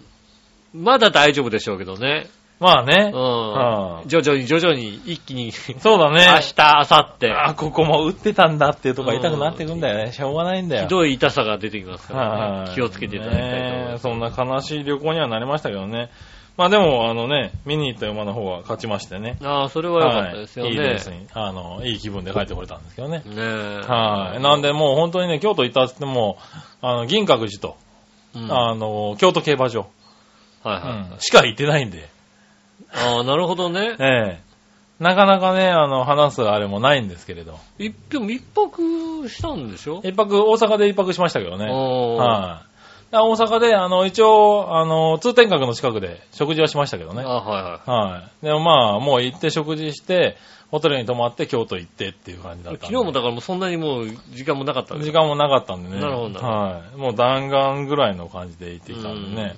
Speaker 2: まだ大丈夫でしょうけどね。
Speaker 3: まあね
Speaker 2: うん。。
Speaker 3: は
Speaker 2: 徐々に徐々に一気に、
Speaker 3: そうだ
Speaker 2: 明
Speaker 3: ね。
Speaker 2: 日、明後日、
Speaker 3: あ、ここも打ってたんだっていうとこが痛くなってくんだよね。しょうがないんだよ。
Speaker 2: ひどい痛さが出てきますから
Speaker 3: は
Speaker 2: ね。
Speaker 3: い
Speaker 2: 気をつけていただきたいと思い
Speaker 3: ねえ
Speaker 2: ます。
Speaker 3: そんな悲しい旅行にはなりましたけどね。まあでも、あのね、見に行った馬の方は勝ちましてね。
Speaker 2: ああ、それは良かったですよね。
Speaker 3: はいいいレースに、あの、いい気分で帰ってこれたんですけどね。
Speaker 2: ねえ。
Speaker 3: はい。なんで、もう本当にね、京都行ったっつっても、あの、銀閣寺と、
Speaker 2: うんはい
Speaker 3: あの、京都競馬場、
Speaker 2: はい。
Speaker 3: うんしか行ってないんで、
Speaker 2: ああ、なるほどね。
Speaker 3: ええなかなかね、あの、話すあれもないんですけれど。
Speaker 2: いでも一泊したんでしょ
Speaker 3: 一泊、大阪で一泊しましたけどね。はい、
Speaker 2: おー
Speaker 3: だから大阪で、あの、一応、あの、通天閣の近くで食事はしましたけどね。
Speaker 2: あはいはい。
Speaker 3: はい。でもまあ、もう行って食事して、ホテルに泊まって京都行ってっていう感じだったんで。
Speaker 2: 昨日もだからもうそんなにもう時間もなかったんで
Speaker 3: 時間もなかったんでね。
Speaker 2: なるほど
Speaker 3: はい。もう弾丸ぐらいの感じで行ってきたんでね。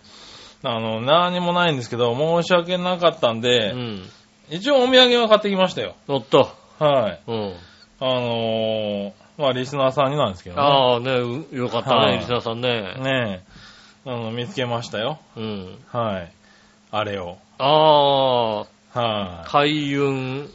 Speaker 3: あの、何もないんですけど、申し訳なかったんで、
Speaker 2: うん。
Speaker 3: 一応お土産は買ってきましたよ。
Speaker 2: おっと。
Speaker 3: はい。
Speaker 2: うん。
Speaker 3: あのー、まあ、リスナーさんになんですけどね。
Speaker 2: ああね、うよかった
Speaker 3: は
Speaker 2: ね、
Speaker 3: い
Speaker 2: リスナーさんね。
Speaker 3: ねえ。あの、見つけましたよ。
Speaker 2: うん。
Speaker 3: はい。あれを。
Speaker 2: ああ、
Speaker 3: は
Speaker 2: 開運、
Speaker 3: い。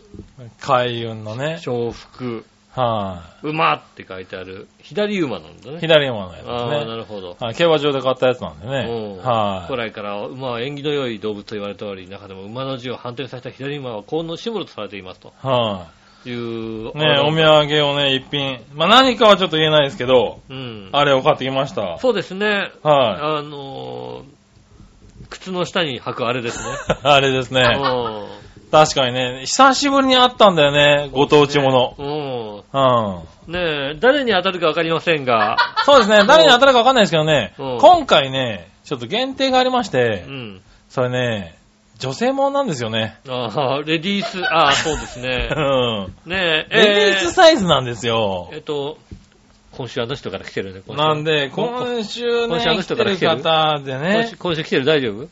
Speaker 3: 開運のね。
Speaker 2: 重複、
Speaker 3: は
Speaker 2: 馬って書いてある。左馬なんだ
Speaker 3: い。
Speaker 2: ね。
Speaker 3: 左馬のやつです
Speaker 2: ああ、な
Speaker 3: ね。
Speaker 2: るほど。
Speaker 3: はい競馬場で買ったやつなんで
Speaker 2: うん
Speaker 3: ね。はい
Speaker 2: 古。来から馬は縁起の良い動物と言われており、中でも馬の字を反転させた左馬は幸運のシンボルとされていますと
Speaker 3: は
Speaker 2: いう。
Speaker 3: い。ねえ、お土産をね、一品。まあ、何かはちょっと言えないですけど、
Speaker 2: うん。
Speaker 3: あれを買ってきました。
Speaker 2: そうですね。
Speaker 3: は
Speaker 2: あのー靴の下に履くあれですね。
Speaker 3: い。あれです
Speaker 2: う
Speaker 3: ね。
Speaker 2: ん
Speaker 3: 確かにね、久しぶりに会ったんだよね、ご当地もの。
Speaker 2: うん。
Speaker 3: うん。
Speaker 2: ねえ、誰に当たるかわかりませんが、
Speaker 3: そうです ね、誰に当たるかわかんないですけどね、
Speaker 2: うん
Speaker 3: 今回ね、ちょっと限定がありまし
Speaker 2: う
Speaker 3: て、
Speaker 2: ん。
Speaker 3: それね、女性もんなんですよね。
Speaker 2: ああ、レディース、ああ、そうです
Speaker 3: う
Speaker 2: ね。
Speaker 3: ん。
Speaker 2: ねえ、
Speaker 3: レディースサイズなんですよ
Speaker 2: えーえ。っと、今週あの人から来てるね、今週。
Speaker 3: なんで、
Speaker 2: こん
Speaker 3: 今週ね、
Speaker 2: 今週あの
Speaker 3: 来
Speaker 2: 人
Speaker 3: て
Speaker 2: から
Speaker 3: る
Speaker 2: 来てる
Speaker 3: 方で
Speaker 2: 今
Speaker 3: ね
Speaker 2: 週、今週来てる大丈夫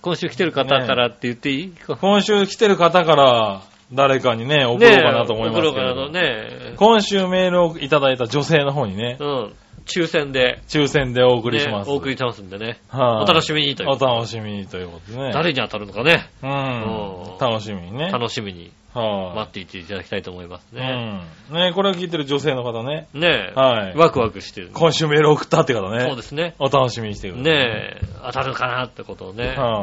Speaker 2: 今週来てる方からって言っていいこ
Speaker 3: 今週来てる方から、誰かにね、送ろうかなと思いますけ
Speaker 2: ねえ送ろうかな
Speaker 3: ど、
Speaker 2: とね。
Speaker 3: 今週メールをいただいた女性の方にね
Speaker 2: う、ん。抽選で、
Speaker 3: 抽選でお
Speaker 2: お
Speaker 3: 送りします。
Speaker 2: お送りしますんでね。
Speaker 3: は
Speaker 2: お
Speaker 3: い
Speaker 2: 楽しみにという
Speaker 3: お楽しみにということでね。
Speaker 2: 誰に当たるのかね、
Speaker 3: う
Speaker 2: うん
Speaker 3: ん。楽しみにね。
Speaker 2: 楽しみに
Speaker 3: は
Speaker 2: 待っていていただきたいと思います
Speaker 3: い。
Speaker 2: ね。
Speaker 3: うん。ねこれを聞いてる女性の方ね。
Speaker 2: ねえ、
Speaker 3: はい
Speaker 2: ワクワクしてる。
Speaker 3: 今週メール送ったって方ね。
Speaker 2: そうですね。
Speaker 3: お楽しみにしてください。
Speaker 2: ねえ、当たるかなってことをね、
Speaker 3: は
Speaker 2: う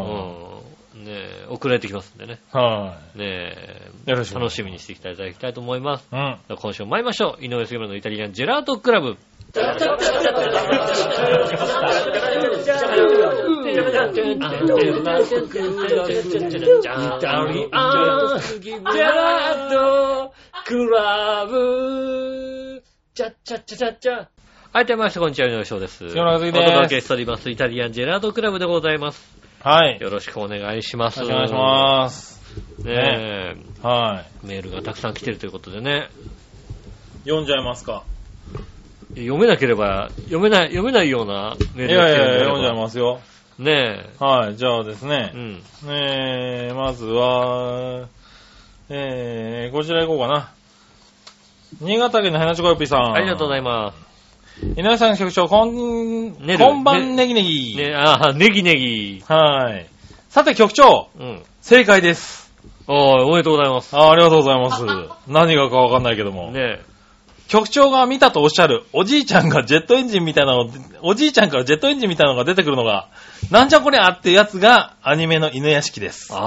Speaker 2: んねえ、送られてきますんでね。
Speaker 3: は
Speaker 2: ねえ、
Speaker 3: よろしく
Speaker 2: 楽しみにしていただきたいと思います。
Speaker 3: い。うん。
Speaker 2: 今週も参りましょう。井上杉村のイタリアンジェラートクラブ。はい、どうもみなさん、こんにちは、井上翔です。
Speaker 3: 杉村和樹です
Speaker 2: お届けしております、イタリアンジェラートクラブでございます。
Speaker 3: はい。よ
Speaker 2: よろしくお願いしま
Speaker 3: ろ
Speaker 2: す。
Speaker 3: しくお願いします。
Speaker 2: す。ねえ、
Speaker 3: は
Speaker 2: メールがたくさん来てるということでね。
Speaker 3: い。読んじゃいますか。
Speaker 2: 読めなければ、読めない、読めないようなメ
Speaker 3: い
Speaker 2: ー
Speaker 3: や
Speaker 2: ルが来
Speaker 3: い
Speaker 2: て
Speaker 3: やいや、
Speaker 2: る
Speaker 3: 読ん
Speaker 2: ん
Speaker 3: じ
Speaker 2: だ
Speaker 3: ゃいますよ。
Speaker 2: す。ね
Speaker 3: はい。じゃあです
Speaker 2: え。
Speaker 3: ね
Speaker 2: う。ん。
Speaker 3: えー、まずは、えー、こちら行こうかな。新潟県のヘナチョコヨッピーさん。
Speaker 2: ありがとうござ
Speaker 3: い
Speaker 2: いま
Speaker 3: ます。井上さん局長、こん、
Speaker 2: ねる
Speaker 3: こんばんネギネギ。
Speaker 2: す。ねああ、ネギネギ。
Speaker 3: はい。さて局長、
Speaker 2: うん。
Speaker 3: 正解です。
Speaker 2: おー、おめでとうございます。
Speaker 3: あーありがとうございます。何がかわかんないけども。
Speaker 2: ね
Speaker 3: 局長が見たとおっしゃる、おじいちゃんがジェットエンジンみたいなのを、おじいちゃんからジェットエンジンみたいなのが出てくるのが、なんじゃこりゃってやつがアニメの犬屋敷です。
Speaker 2: ああ。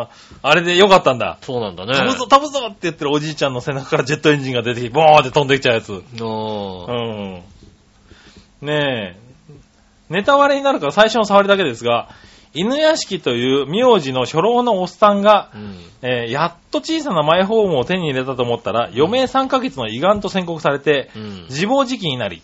Speaker 3: あー、あれでよかったんだ。
Speaker 2: そうなんだね。
Speaker 3: 飛ぶぞ、飛ぶぞって言ってるおじいちゃんの背中からジェットエンジンが出てきて、ボーンって飛んできちゃうやつ。
Speaker 2: の
Speaker 3: うん。ねえ。ネタ割れになるから最初の触りだけですが、犬屋敷という名字の初老のおっさんが、
Speaker 2: うん。
Speaker 3: えーやっと小さなマイホームを手に入れたと思ったら、余命3ヶ月の胃がんと宣告されて、
Speaker 2: うん。
Speaker 3: 自暴自棄になり、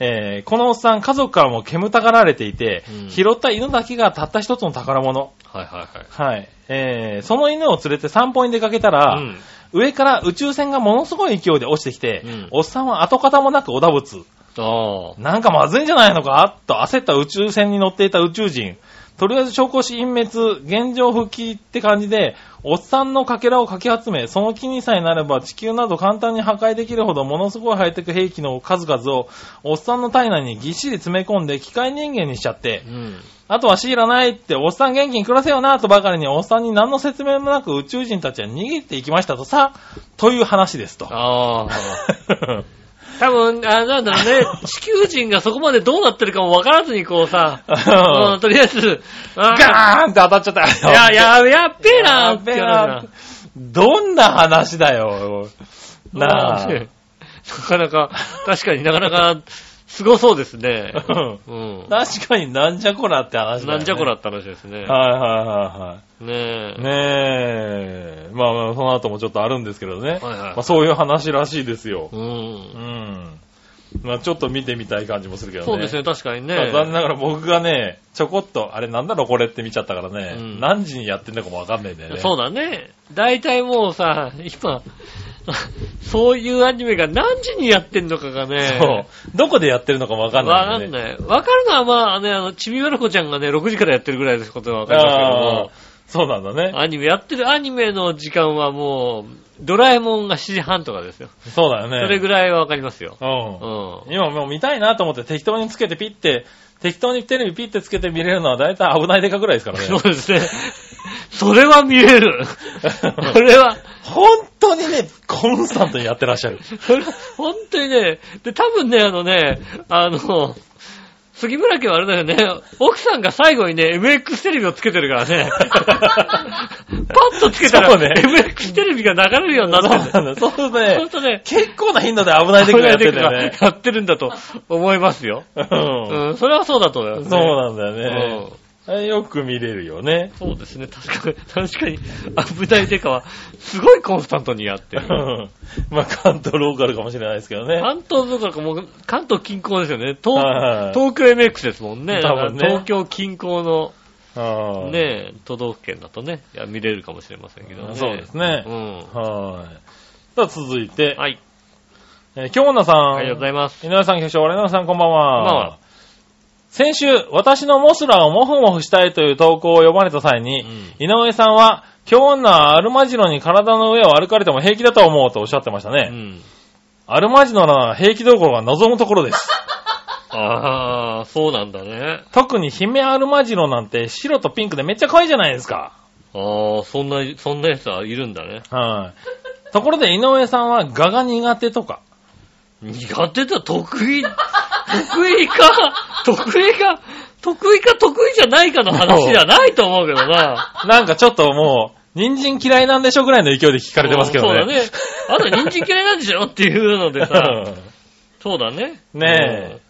Speaker 3: えーこのおっさん家族からも煙たがられていて、
Speaker 2: うん
Speaker 3: 拾った犬だけがたった一つの宝物。
Speaker 2: はいはいはい。
Speaker 3: はい。えーその犬を連れて散歩に出かけたら、
Speaker 2: うん
Speaker 3: 上から宇宙船がものすごい勢いで落ちてきて、
Speaker 2: うん
Speaker 3: おっさんは跡形もなくおだぶつ。
Speaker 2: あ
Speaker 3: なんかまずいんじゃないのかと焦った宇宙船に乗っていた宇宙人。とりあえず証拠し隠滅、現状復帰って感じで、おっさんのかけらをかき集め、その気にさえなれば地球など簡単に破壊できるほどものすごいハイテク兵器の数々を、おっさんの体内にぎっしり詰め込んで機械人間にしちゃって
Speaker 2: あ。う、ん。
Speaker 3: あとは知らないって、おっさん元気に暮らせよなとばかりに、おっさんに何の説明もなく宇宙人たちは逃げていきましたとさ、という話ですと。
Speaker 2: ああ。 多分、あなんだろうね、地球人がそこまでどうなってるかもわからずにこうさ、うんとりあえず、あ
Speaker 3: ガーンって当たっちゃった。
Speaker 2: いや、やべ、やっべえな
Speaker 3: や
Speaker 2: ーっ
Speaker 3: べ
Speaker 2: て
Speaker 3: え
Speaker 2: 言
Speaker 3: な
Speaker 2: われ
Speaker 3: どんな話だよ。
Speaker 2: たら
Speaker 3: なあ。
Speaker 2: うんなかなか、確かになかなか、すごそうです ね。
Speaker 3: う
Speaker 2: うん。
Speaker 3: 確かになんじゃこらって話だよ、ね。
Speaker 2: なんじゃこらって話ですね。
Speaker 3: はいはいは
Speaker 2: ね
Speaker 3: いはい。
Speaker 2: え。
Speaker 3: ねえ。まあまあ、その後もちょっとあるんですけど
Speaker 2: はい
Speaker 3: ね。
Speaker 2: はい
Speaker 3: まあ、そういう話らしいですよ
Speaker 2: う。。
Speaker 3: うんん。まあちょっと見てみたい感じもするけどね。
Speaker 2: そうですね、確かにね。
Speaker 3: ただ残念ながら僕がね、ちょこっと、あれなんだろうこれって見ちゃったからね、
Speaker 2: うん
Speaker 3: 何時にやってんのかもわかんないんだよね。
Speaker 2: そうだね。大体もうさ、今、 そういうアニメが何時にやってんのかがね。
Speaker 3: そうどこでやってるのかもわかん
Speaker 2: わか
Speaker 3: ない
Speaker 2: ん
Speaker 3: んだよね。
Speaker 2: ない。わかるのはまあね、あの、ちびまる子ちゃんがね、6時からやってるぐらいのことはわかりますけど
Speaker 3: あ
Speaker 2: も
Speaker 3: あ、そうなんだね。
Speaker 2: アニメ、やってるアニメの時間はもう、ドラえもんが7時半とかですよ。
Speaker 3: そうだよね。
Speaker 2: それぐらいはわかりますよ。う。
Speaker 3: うんん。今もう見たいなと思って適当につけてピッて、適当にテレビピッてつけて見れるのは大体危ないデカぐらいですからね
Speaker 2: そ。うですね。それは見れる。それは、
Speaker 3: 本当にね、コンスタントにやってらっしゃる。
Speaker 2: それは本当にね、で、多分ね、あのね、あの、杉村家はあれだよね、奥さんが最後にね、MX テレビをつけてるからね、パッとつけた
Speaker 3: そ
Speaker 2: ら、
Speaker 3: うね
Speaker 2: MX テレビが流れるように
Speaker 3: そ
Speaker 2: な
Speaker 3: う
Speaker 2: ってる。
Speaker 3: なんだ。そうすると
Speaker 2: ほん
Speaker 3: ね、
Speaker 2: とね、
Speaker 3: 結構な頻度で危ないデカがやってんだよね。
Speaker 2: やってるんだと思いますよ。
Speaker 3: うん。
Speaker 2: うん、それはそうだと思います、
Speaker 3: そうなんだよ
Speaker 2: うん
Speaker 3: ね。あれよく見れるよね。
Speaker 2: そうですね、確かに、確かに、危ないデカは、すごいコンスタントにやって
Speaker 3: う
Speaker 2: る。
Speaker 3: んまあ、関東ローカルかもしれないですけどね。
Speaker 2: 関東どころかもう、関東近郊ですよね。東
Speaker 3: はいはい
Speaker 2: 東京 MX ですもんね。
Speaker 3: 多分ね
Speaker 2: だから東京近郊の
Speaker 3: はい
Speaker 2: ね、都道府県だとね、いや見れるかもしれませんけどね。
Speaker 3: そうですね
Speaker 2: う。ん。
Speaker 3: はい。さあ、続いて、
Speaker 2: はい。
Speaker 3: えー京奈さん。
Speaker 2: ありがとうございます。
Speaker 3: 井上さん、局長、我々さん、こんばんは。
Speaker 2: こんばんは
Speaker 3: 先週、私のモスラをモフモフしたいという投稿を読まれた際に、井上さんは、京女はアルマジロに体の上を歩かれても平気だと思うとおっしゃってました
Speaker 2: う
Speaker 3: ね。
Speaker 2: ん。
Speaker 3: アルマジロなら平気どころが望むところです。
Speaker 2: ああ、そうなんだね。
Speaker 3: 特に姫アルマジロなんて白とピンクでめっちゃ可愛いじゃないですか。
Speaker 2: ああ、そんな、そんなやつはいるんだね。
Speaker 3: はい。ところで井上さんは蛾が苦手とか。
Speaker 2: 苦手だ、得意、得意か、得意か、得意か得意じゃないかの話じゃないと思うけどな。
Speaker 3: なんかちょっともう、人参嫌いなんでしょぐらいの勢いで聞かれてますけどね。
Speaker 2: そうだね。あと人参嫌いなんでしょっていうのでさ、 そうだね。
Speaker 3: ねえ、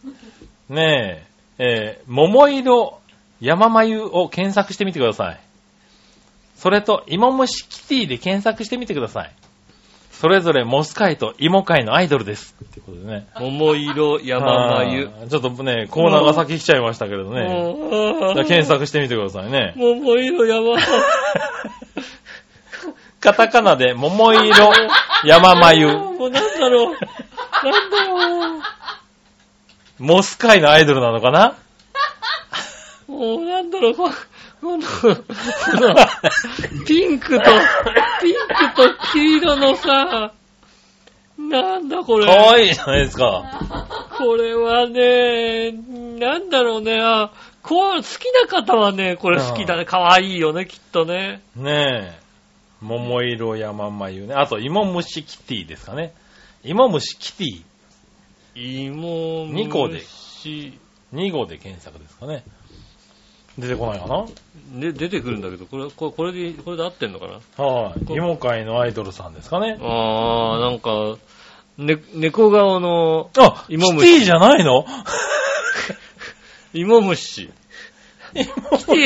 Speaker 3: ねえ、えー桃色山眉を検索してみてください。それと、芋虫キティで検索してみてください。それぞれモス界と芋界のアイドルです。ってことでね。
Speaker 2: うん。桃色山眉。
Speaker 3: あーちょっとね、コーナーが先来ちゃいましたけれどね。
Speaker 2: もう
Speaker 3: じゃあ検。索してみてくださいね。
Speaker 2: 桃色山眉。
Speaker 3: カタカナで、桃 色山眉。
Speaker 2: もうなんだろう。なんだろう。
Speaker 3: モス界のアイドルなのかな
Speaker 2: もうなんだろう。ここの、 こ の、 ピンクと、ピンクと黄色のさ、なんだこれ。
Speaker 3: かわいいじゃないですか。
Speaker 2: これはね、なんだろうね、あこう好きな方はね、これ好きだね、可愛いよね、きっとね。
Speaker 3: ねえ。桃色山眉ね。あと、芋虫キティですかね。芋虫キティ
Speaker 2: 芋虫。
Speaker 3: 二個で2号で検索ですかね。出てこないかな
Speaker 2: で、出てくるんだけど、これ、これこれで、これで合ってんのかな
Speaker 3: はい。芋界のアイドルさんですかね。
Speaker 2: あー、なんか、ね、猫顔の
Speaker 3: あ、キテ
Speaker 2: 芋虫
Speaker 3: ィじゃな いの
Speaker 2: 芋虫。キ
Speaker 3: 芋
Speaker 2: テ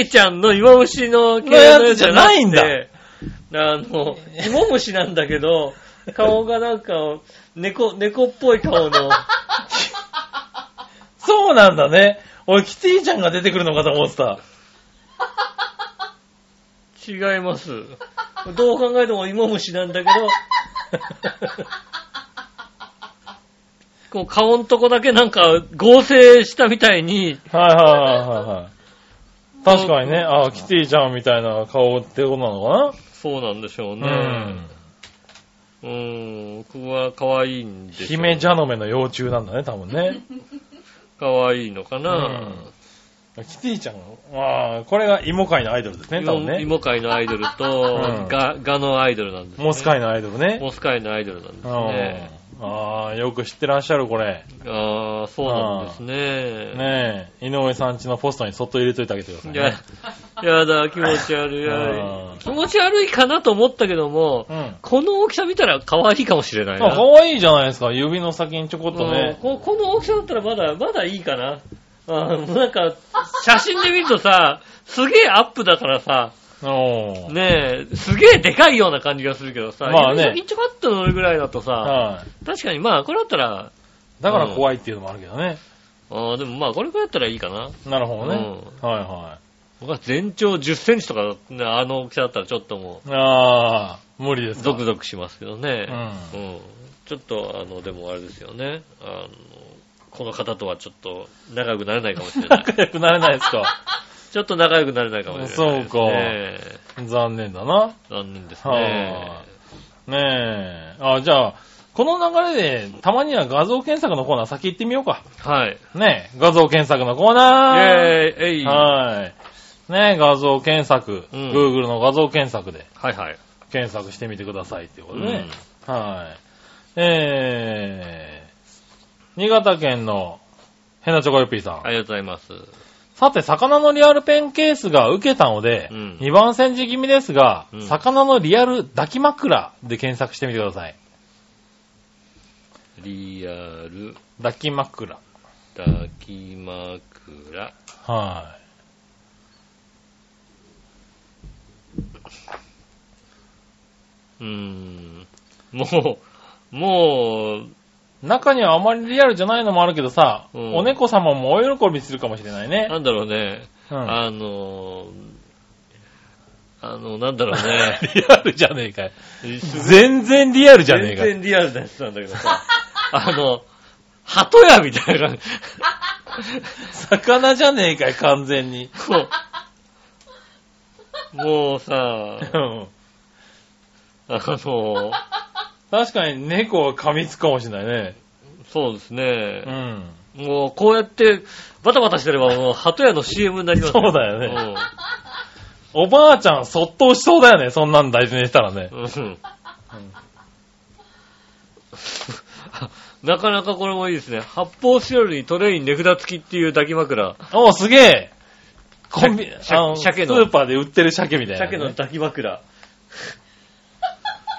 Speaker 2: ィちゃんの芋虫の系
Speaker 3: のやつじゃないんだ
Speaker 2: あの、芋虫なんだけど、顔がなんか、猫、猫っぽい顔の、
Speaker 3: そうなんだね。俺、キティちゃんが出てくるのかと思ってた。
Speaker 2: 違います。どう考えても芋虫なんだけど、こう顔んとこだけなんか合成したみたいに、
Speaker 3: はいはいはいはいはい。確かにね、あ、キティちゃんみたいな顔ってことなのか
Speaker 2: そうなんでしょう
Speaker 3: なうん
Speaker 2: ね。。うーん。ここは可愛いんでしょう
Speaker 3: 姫ジャノメの幼虫なんだね、多分ね。
Speaker 2: 可愛いのか
Speaker 3: う
Speaker 2: な、
Speaker 3: キティちゃんああ、これが芋界のアイドルですね、多分
Speaker 2: 芋
Speaker 3: ね。
Speaker 2: 芋界のアイドルと
Speaker 3: う、ん
Speaker 2: ガ、ガのアイドルなんです、ね。
Speaker 3: モス界のアイドルね。
Speaker 2: モス界のアイドルなんです
Speaker 3: う
Speaker 2: ね。
Speaker 3: んああ、よく知ってらっしゃる、これ。
Speaker 2: ああ、そうなんですね。
Speaker 3: ねえ、井上さんちのポストにそっと入れといてあげてください
Speaker 2: いや
Speaker 3: ね。、
Speaker 2: やだ、気持ち悪
Speaker 3: うん
Speaker 2: い。気持ち悪いかなと思ったけども、
Speaker 3: うん。あ、
Speaker 2: この大きさ見たら可愛いかもしれない
Speaker 3: か
Speaker 2: な。
Speaker 3: わいいじゃないですか、指の先にちょこっと
Speaker 2: うん
Speaker 3: ね。
Speaker 2: ここの大きさだったらまだ、まだいいかな。あーなんか、写真で見るとさ、すげえアップだからさ、
Speaker 3: うん。
Speaker 2: ねえ、すげえでかいような感じがするけどさ、
Speaker 3: まあ
Speaker 2: 指
Speaker 3: ね
Speaker 2: 先にちょこっと乗るぐらいだとさ、
Speaker 3: はい。
Speaker 2: 確かにまあ、これだったら、
Speaker 3: だから怖いっていうのもあるけどね。
Speaker 2: あーでもまあ、これくらいだったらいいかな。
Speaker 3: なるほどね。はいは
Speaker 2: 僕は全長10センチとか、ね、あの大きさだったらちょっとも
Speaker 3: い。ああ、無理で
Speaker 2: う、
Speaker 3: すか。
Speaker 2: ゾクゾクしますけどね。
Speaker 3: う
Speaker 2: うんちょっと、あの、でもあれですよね。あの、この方とはちょっと仲良くなれないかもしれない。
Speaker 3: 仲良くなれないですか。
Speaker 2: ちょっと仲良くなれないかもしれないですね。
Speaker 3: 残念だな。
Speaker 2: 残念です
Speaker 3: は
Speaker 2: ね
Speaker 3: い。ねえ。あじゃあ、この流れで、たまには画像検索のコーナー先行ってみようか。
Speaker 2: はい。
Speaker 3: ねえ、画像検索の
Speaker 2: イ
Speaker 3: コー
Speaker 2: ェー
Speaker 3: ナー
Speaker 2: イえいは
Speaker 3: はい。ねえ、画像検索、
Speaker 2: うん
Speaker 3: Google の画像検索で
Speaker 2: いはい。
Speaker 3: 検索してみてくださいっていうこと
Speaker 2: う
Speaker 3: でね
Speaker 2: ん。
Speaker 3: はい。えー、新潟県のヘナチョコヨッピーさん。
Speaker 2: ありがとうございます。
Speaker 3: さて、魚のリアルペンケースが受けたので、
Speaker 2: うん
Speaker 3: 2番煎じ気味ですが、
Speaker 2: うん
Speaker 3: 魚のリアル抱き枕で検索してみてください。
Speaker 2: リアル
Speaker 3: 抱き枕。
Speaker 2: 抱き枕。いうーん。もう、もう、
Speaker 3: い。中にはあまりリアルじゃないのもあるけどさ、
Speaker 2: うん
Speaker 3: お猫様もお喜びするかもしれない ね。
Speaker 2: なんだろうね。
Speaker 3: うん。
Speaker 2: あのー、あの、なんだろうね
Speaker 3: リアルじゃねえかよ。
Speaker 2: 全
Speaker 3: 全然リアルじゃねえかよ。
Speaker 2: 然リアルなやつなんだけどさ。 あの、鳩屋みたいな。
Speaker 3: 魚じゃねえかよ、完全に。
Speaker 2: こうもうさ、
Speaker 3: うん
Speaker 2: あの、
Speaker 3: 確かに猫は噛みつくかもしれないね。
Speaker 2: そうですね
Speaker 3: う。ん。
Speaker 2: もうこうやってバタバタしてればもう鳩屋の CM になります
Speaker 3: そうだよね。おばあちゃん、そっと押しそうだよね、そんなん大事にしたらね。
Speaker 2: うん。うん なかなかこれもいいですね。発泡スチロールにトレイに値札付きっていう抱き枕。
Speaker 3: おすげえコンビ、
Speaker 2: 鮭
Speaker 3: あの、ス
Speaker 2: 鮭の
Speaker 3: ーパーで売ってる鮭みたいなね、
Speaker 2: 鮭の抱き枕。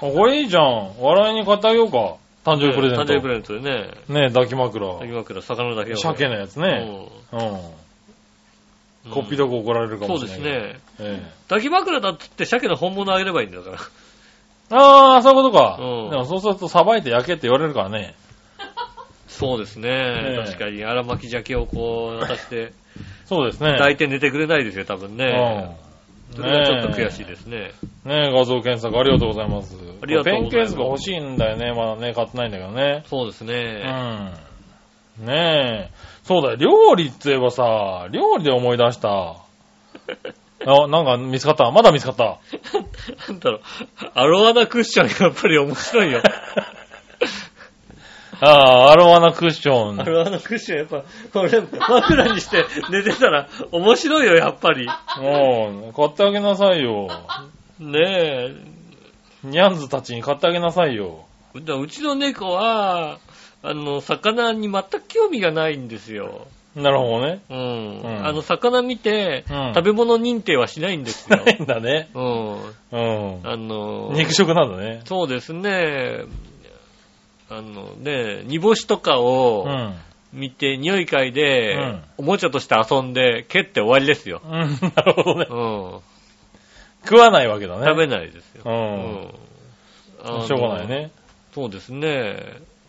Speaker 3: あこれいいじゃん。笑いに買ってあげようか。誕生日プレゼント。
Speaker 2: 誕生日プレゼントでね。
Speaker 3: ねえ、抱き枕。
Speaker 2: 抱き枕、魚だけを。
Speaker 3: 鮭のやつね。うん。
Speaker 2: うん。
Speaker 3: こっぴどく怒られるか
Speaker 2: そう
Speaker 3: もし
Speaker 2: です
Speaker 3: れない。すね。
Speaker 2: ね。
Speaker 3: ええ
Speaker 2: 抱き枕だっつって鮭の本物あげればいいんだから。
Speaker 3: ああ、そういうことか。
Speaker 2: うん
Speaker 3: でもそうすると、さばいて焼けって言われるからね。
Speaker 2: そうですね。
Speaker 3: え
Speaker 2: 確かに、荒巻き鮭をこう渡して、
Speaker 3: そうですね。
Speaker 2: 抱いて寝てくれないですよ、多分ね。
Speaker 3: うん。
Speaker 2: それはちょっと
Speaker 3: ねえ
Speaker 2: 悔しいですね。
Speaker 3: ねえ、画像検索ありがとうございます。
Speaker 2: ありがとうございます
Speaker 3: ペンケースが欲しいんだよね。まだね、買ってないんだけどね。
Speaker 2: そうですね。
Speaker 3: うん。ねえ。そうだよ、料理って言えばさ、料理で思い出 した。あ、なんか見つかった。まだ見つかった。
Speaker 2: なんだろう、アロアナクッションがやっぱり面白 いよ。
Speaker 3: ああ、アロワナクッショ
Speaker 2: ア
Speaker 3: ン。
Speaker 2: ロアナクッションやっぱ、これ枕にして寝てたら面白いよ、やっぱり。
Speaker 3: もう、買ってあげなさいよ。
Speaker 2: ねえ。
Speaker 3: ニャンズたちに買ってあげなさいよ。
Speaker 2: だうちの猫は、あの、魚に全く興味がないんですよ。
Speaker 3: なるほどね。
Speaker 2: うん。
Speaker 3: ん
Speaker 2: あの、魚見て、
Speaker 3: うん
Speaker 2: 食べ物認定はしないんですよ
Speaker 3: な。いんだね。
Speaker 2: うん。
Speaker 3: う
Speaker 2: あの
Speaker 3: ん。、肉食なんだね。
Speaker 2: そうですね。あのね、煮干しとか
Speaker 3: う
Speaker 2: を
Speaker 3: ん。
Speaker 2: 見て、匂い嗅いで、
Speaker 3: うん
Speaker 2: おもちゃとして遊んで、蹴って終わりですよ。
Speaker 3: うん、なるほどね
Speaker 2: う。ん。
Speaker 3: 食わないわけだね。
Speaker 2: 食べないですよ。
Speaker 3: う。
Speaker 2: うんあの
Speaker 3: しょうがない。ね。
Speaker 2: そうですね。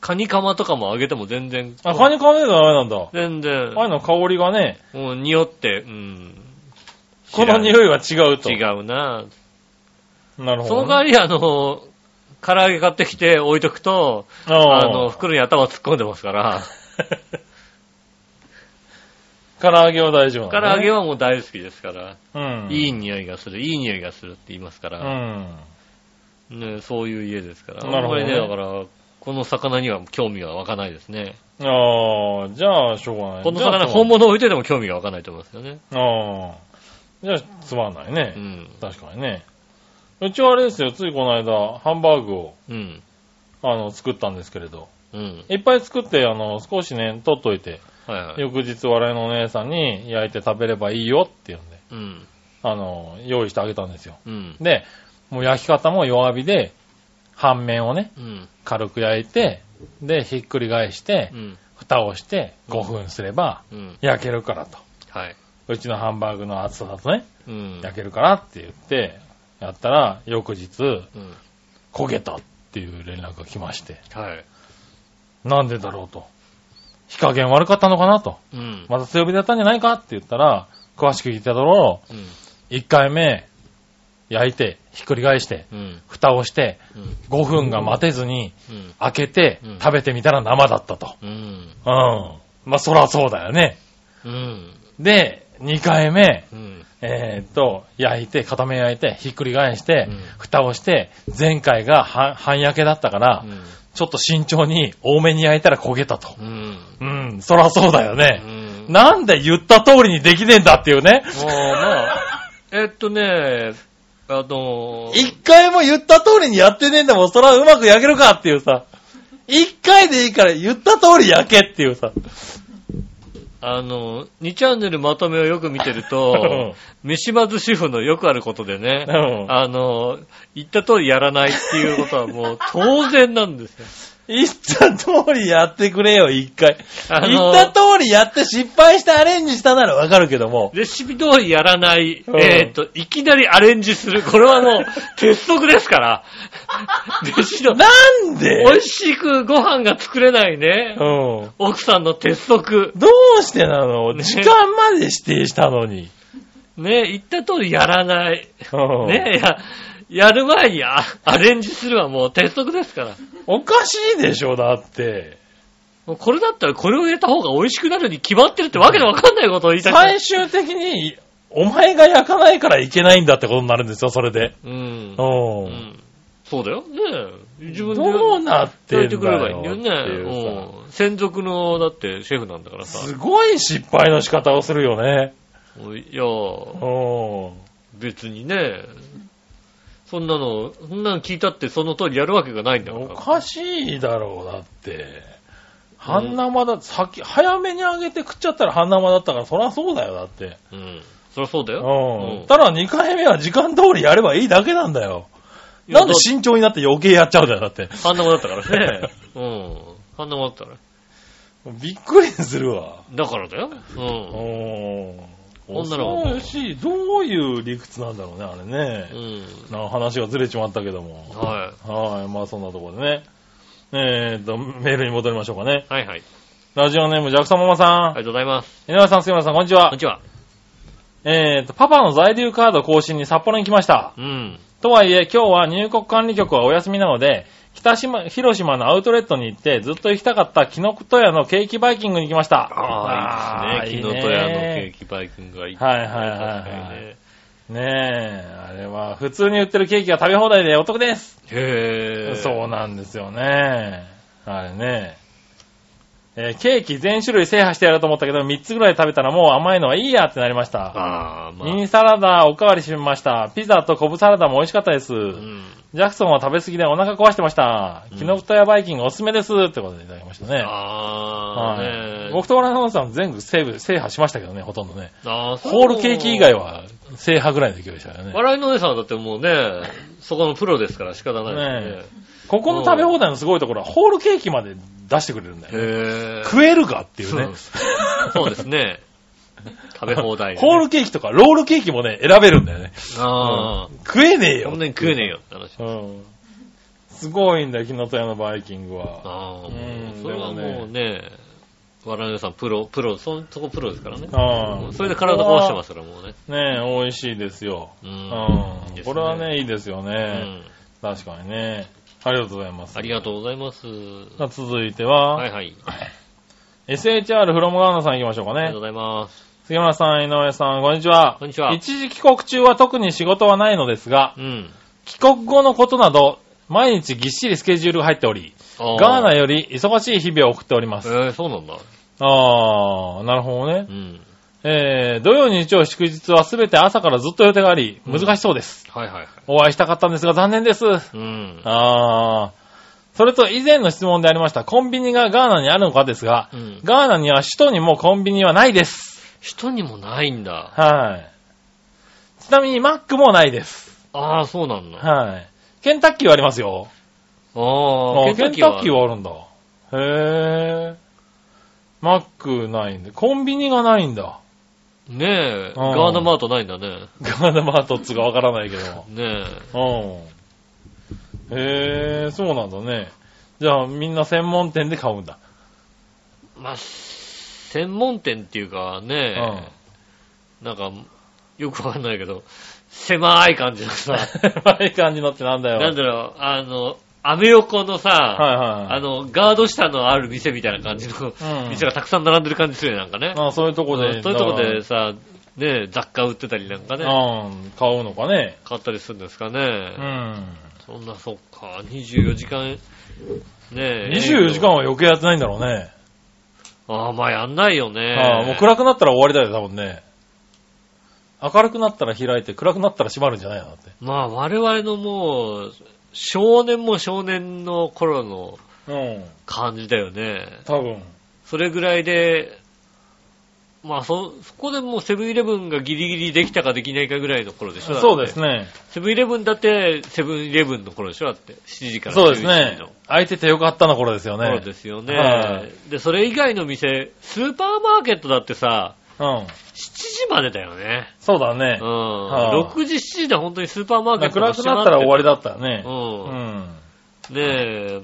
Speaker 2: カニカマとかもあげても全然。
Speaker 3: あ、カニ買わないとダメなんだ。
Speaker 2: 全然。
Speaker 3: カニの香りがね、
Speaker 2: もう匂って、うん。
Speaker 3: この
Speaker 2: い
Speaker 3: 匂いは違うと。
Speaker 2: 違うな。
Speaker 3: なるほどね。
Speaker 2: その代わり、あの、唐揚げ買ってきて置いとくと、あ
Speaker 3: あ
Speaker 2: の、
Speaker 3: の、
Speaker 2: 袋に頭突っ込んでます から、
Speaker 3: 唐揚げは大丈夫
Speaker 2: 唐
Speaker 3: なの
Speaker 2: 揚
Speaker 3: ね
Speaker 2: げはもう大好きですから、
Speaker 3: うん。
Speaker 2: いい
Speaker 3: い。
Speaker 2: 匂いがする、いい匂いがするって言いますか
Speaker 3: う
Speaker 2: ら、
Speaker 3: ん。
Speaker 2: ね、そういう家ですから、
Speaker 3: なるほどね
Speaker 2: あんまりね、だから、この魚には興味が湧かないですね。
Speaker 3: ああ、じゃあ、しょうがない。
Speaker 2: この
Speaker 3: じゃあ
Speaker 2: 魚、本物置いてても興味が湧かないと思いますよね。
Speaker 3: ああ。じゃあ、つまんないうね。
Speaker 2: ん。
Speaker 3: 確かにね。うちはあれですよ、ついこの間、ハンバーグを、
Speaker 2: うん。
Speaker 3: あの、作ったんですけれど。
Speaker 2: うん。
Speaker 3: いっぱい作って、あの、少しね、取っといて、
Speaker 2: はいはい。
Speaker 3: 翌日笑いのお姉さんに焼いて食べればいいよっていうんで、
Speaker 2: うん。
Speaker 3: あの、用意してあげたんですよ。
Speaker 2: うん。
Speaker 3: で、もう焼き方も弱火で、半面をね、
Speaker 2: うん。
Speaker 3: 軽く焼いて、で、ひっくり返して
Speaker 2: う、ん。
Speaker 3: 蓋をして5分すれば
Speaker 2: うん。
Speaker 3: 焼けるからと。
Speaker 2: はい。
Speaker 3: うちのハンバーグの厚さだとね、
Speaker 2: うん。
Speaker 3: 焼けるからって言って、やったら、翌日、
Speaker 2: うん。
Speaker 3: 焦げたっていう連絡が来まして、
Speaker 2: はい。
Speaker 3: なんでだろうと。火加減悪かったのかなと。
Speaker 2: うん。
Speaker 3: また強火でやったんじゃないかって言ったら、詳しく聞いたところ、
Speaker 2: うん。
Speaker 3: 1回目、焼いて、ひっくり返して、
Speaker 2: うん。
Speaker 3: 蓋をして、
Speaker 2: うん。
Speaker 3: 5分が待てずに、
Speaker 2: うん。
Speaker 3: 開けて
Speaker 2: うん、
Speaker 3: 食べてみたら生だったと。
Speaker 2: うん。
Speaker 3: うん。まあ、そらそうだよね。
Speaker 2: うん。
Speaker 3: で、2回目、
Speaker 2: うん。
Speaker 3: えーっと、焼いて、片面焼いて、ひっくり返して、
Speaker 2: うん
Speaker 3: 蓋をして、前回が半半焼けだったから、
Speaker 2: うん。
Speaker 3: ちょっと慎重に多めに焼いたら焦げたと。
Speaker 2: うん。
Speaker 3: うん、そらそうだよ
Speaker 2: う
Speaker 3: ね。
Speaker 2: ん。
Speaker 3: なんで言った通りにできねえんだっていうね。
Speaker 2: もう、まあ、えっとね、あの、
Speaker 3: 一回も言った通りにやってねえんだもん、そらうまく焼けるかっていうさ。一回でいいから言った通り焼けっていうさ。
Speaker 2: あの、2チャンネルまとめをよく見てる と、三島津主婦のよくあることでね
Speaker 3: う、ん
Speaker 2: あの、言った通りやらないっていうことはもう当然なんですよ。
Speaker 3: 言った通りやってくれよ、一回。
Speaker 2: あ
Speaker 3: 言
Speaker 2: の
Speaker 3: った通りやって失敗してアレンジしたならわかるけども。
Speaker 2: レシピ通りやらない、
Speaker 3: うん
Speaker 2: えっ、と、いきなりアレンジする。これはもう、鉄則ですから。レシピ通り
Speaker 3: なんで
Speaker 2: 美味しくご飯が作れないね
Speaker 3: う。ん。
Speaker 2: 奥さんの鉄則。
Speaker 3: どうしてなの
Speaker 2: ね
Speaker 3: 時間まで指定したのに。
Speaker 2: ね、言った通りやらない。
Speaker 3: うん
Speaker 2: ね、や、やる前にあアレンジするはもう鉄則ですから。
Speaker 3: おかしいでしょ、だって。
Speaker 2: もうこれだったらこれを入れた方が美味しくなるに決まってるってわけのわかんないことを言いたくない
Speaker 3: 最終的に、お前が焼かないからいけないんだってことになるんですよ、それで。
Speaker 2: うん
Speaker 3: う。。
Speaker 2: うんんそうだよ。ね自分で。
Speaker 3: どうなってん
Speaker 2: てく
Speaker 3: だ
Speaker 2: ればいい
Speaker 3: よ
Speaker 2: んだ
Speaker 3: って
Speaker 2: よ
Speaker 3: いうさ
Speaker 2: ね。うん。専属の、だって、シェフなんだからさ。
Speaker 3: すごい失敗の仕方をするよね。
Speaker 2: いや、
Speaker 3: うん。
Speaker 2: 別にね、そんなの、そんなの聞いたってその通りやるわけがないんだから。
Speaker 3: おかしいだろう、だって。半生だ、先、早めに揚げて食っちゃったら半生だったから、そりゃそうだよ、だって。
Speaker 2: うん。そりゃそうだ
Speaker 3: う
Speaker 2: よ。うん
Speaker 3: ん。ただ2回目は時間通りやればいいだけなんだよ。なんで
Speaker 2: いや
Speaker 3: 慎重になって余計やっちゃうんだよ、だって。
Speaker 2: だ反応だったからね。 うん。反応だったから。
Speaker 3: びっくりするわ。
Speaker 2: だからだよ。う。
Speaker 3: うんん。
Speaker 2: 女の子
Speaker 3: 恐ろしい。どういう理屈なんだろうね、あれね。
Speaker 2: うん。
Speaker 3: な話がずれちまったけども。
Speaker 2: は
Speaker 3: はい、まあそんなところでね。えーと、メールに戻りましょうかね。
Speaker 2: い。はいはい。
Speaker 3: ラジオネーム、ジャクソンママさん
Speaker 2: あり。がとうございます。
Speaker 3: 井上さん、杉村さん、こんにち
Speaker 2: こん
Speaker 3: は
Speaker 2: に。ちは。
Speaker 3: えーと、パパの在留カード更新に札幌に来ました。
Speaker 2: うん。
Speaker 3: とはいえ、今日は入国管理局はお休みなので、北島、広島のアウトレットに行って、ずっと行きたかったキノクト屋のケーキバイキングに来ました。
Speaker 2: ああ、いいですね。昨日と屋のケーキバイキングがいい。
Speaker 3: はいはいはいはいねえ、あれは、普通に売ってるケーキが食べ放題でお得です。
Speaker 2: い。へえ。
Speaker 3: そうなんですよね。あれね。えーケーキ全種類制覇してやろうと思ったけど、3つぐらい食べたらもう甘いのはいいやってなりました。
Speaker 2: ああ、まあ。
Speaker 3: ミニサラダおかわりしました。ピザとコブサラダも美味しかったです。
Speaker 2: うん。
Speaker 3: ジャクソンは食べ過ぎでお腹壊してました。キノプタやバイキングおすすめですってことでいただきましたね。
Speaker 2: あー、
Speaker 3: はい。
Speaker 2: ね
Speaker 3: 僕とオランウンさん全部セーブ、制覇しましたけどね、ほとんどね。
Speaker 2: あーそう
Speaker 3: ホールケーキ以外は制覇ぐらいの勢いでしたよね。
Speaker 2: 笑いのお姉さんはだってもうね、そこのプロですから仕方ないで
Speaker 3: ここの食べ放題のすごいところは、ホールケーキまで出してくれるんだ
Speaker 2: すね。
Speaker 3: よね。
Speaker 2: へぇ
Speaker 3: 食えるかっていう
Speaker 2: そう
Speaker 3: ね
Speaker 2: で。すそうですね。食べ放題、ね。
Speaker 3: ホールケーキとかロールケーキもね、選べるんだよね。
Speaker 2: ああ、
Speaker 3: 食えねえ
Speaker 2: こん
Speaker 3: よ。
Speaker 2: なに食えねえよって話。
Speaker 3: うん。すごいんだよ、木の戸屋のバイキングは。
Speaker 2: ああ、も
Speaker 3: うん
Speaker 2: う、それはもうね、笑いのお姉さんプロ、プロ、そ、そこプロですからね。
Speaker 3: う
Speaker 2: うん
Speaker 3: ん。
Speaker 2: それで体壊してますから、もうね。
Speaker 3: ねえ、美味しいですよ。
Speaker 2: う。
Speaker 3: うん
Speaker 2: いいです
Speaker 3: ん。これは、ね、いいですよ
Speaker 2: う
Speaker 3: ね。
Speaker 2: ん。
Speaker 3: 確かにね。ありがとうございます
Speaker 2: あ。りがとうございます。
Speaker 3: さあ続いて
Speaker 2: はい
Speaker 3: は、
Speaker 2: はい。あ
Speaker 3: SHR フロムガーナさん行きましょうか
Speaker 2: りが
Speaker 3: ね
Speaker 2: とう。ございます。
Speaker 3: 杉村さん、井上さん、こんにちは。
Speaker 2: こんにちは
Speaker 3: 一時帰国中は特に仕事はないのですが、
Speaker 2: うん。
Speaker 3: 帰国後のことなど、毎日ぎっしりスケジュールが入っており、
Speaker 2: あ
Speaker 3: ガーナ
Speaker 2: へ
Speaker 3: より忙しい日々を送っております。
Speaker 2: えー、そうなんだ。
Speaker 3: あー、なるほどね
Speaker 2: う。ん。
Speaker 3: えー、土曜日曜祝日はすべて朝からずっと予定があり、
Speaker 2: うん
Speaker 3: 難しそうです。
Speaker 2: はいはいはい。
Speaker 3: お会いしたかったんですが残念です。
Speaker 2: うん。
Speaker 3: あー。それと以前の質問でありました、コンビニがガーナにあるのかですが、
Speaker 2: うん。
Speaker 3: ガーナには首都にもコンビニはないです。
Speaker 2: 人にもないんだ。
Speaker 3: はい。ちなみにマックもないです。
Speaker 2: ああ、そうなんだ。あ
Speaker 3: はい。ケンタッキーはありますよ。
Speaker 2: あ
Speaker 3: あ
Speaker 2: ー、
Speaker 3: ケンタッキーはあるんだ。へぇー。マックないんだ。コンビニがないんだ。
Speaker 2: ねえ、
Speaker 3: うん
Speaker 2: ガーナマートないんだね。
Speaker 3: ガーナマートっつうかわからないけど。
Speaker 2: ね
Speaker 3: うん。へぇー、そうなんだね。じゃあみんな専門店で買うんだ。
Speaker 2: え。まあ、専門店っていうか
Speaker 3: う
Speaker 2: ね
Speaker 3: ん、。
Speaker 2: なんか、よくわかんないけど、狭い感じの さ、
Speaker 3: 狭い感じのってなんだよ。
Speaker 2: なんだろう、あの、アメ横のさ、
Speaker 3: はいはい。
Speaker 2: あの、ガード下のある店みたいな感じの、
Speaker 3: うん
Speaker 2: 店がたくさん並んでる感じするよね、なんかね。
Speaker 3: あそういうとこで。
Speaker 2: そういうとこでさ、ねえ、雑貨売ってたりなんか
Speaker 3: だ
Speaker 2: ね、
Speaker 3: から、うん、買うのかね。
Speaker 2: 買ったりするんですか
Speaker 3: う
Speaker 2: ね。
Speaker 3: ん。
Speaker 2: そんな、そっか、24時間、ねえ。
Speaker 3: 24時間は余計やってないんだろうね。
Speaker 2: ああ、まあやんないよね。
Speaker 3: ああ、もう暗くなったら終わりだよ、多分ね。明るくなったら開いて、暗くなったら閉まるんじゃないのだって。
Speaker 2: まあ我々のもう、少年も少年の頃の
Speaker 3: うん。
Speaker 2: 感じだよね。
Speaker 3: 多分。
Speaker 2: それぐらいで、まあそ、そこでもうセブンイレブンがギリギリできたかできないかぐらいの頃でしょ
Speaker 3: そうです
Speaker 2: ね。
Speaker 3: ね。
Speaker 2: セブンイレブンだって、セブンイレブンの頃でしょだって、7時から
Speaker 3: そうで
Speaker 2: 11時
Speaker 3: すね
Speaker 2: の。
Speaker 3: 開いててよかったの頃ですよね。
Speaker 2: 頃ですよね。
Speaker 3: はい
Speaker 2: で、それ以外の店、スーパーマーケットだってさ、
Speaker 3: うん。
Speaker 2: 7時までだよね。
Speaker 3: そうだね
Speaker 2: うん。。
Speaker 3: い
Speaker 2: 6時、7時で本当にスーパーマーケ
Speaker 3: 暗
Speaker 2: ッ
Speaker 3: く
Speaker 2: ト
Speaker 3: なったら終わりだったよね。う
Speaker 2: うん。
Speaker 3: ん。
Speaker 2: で、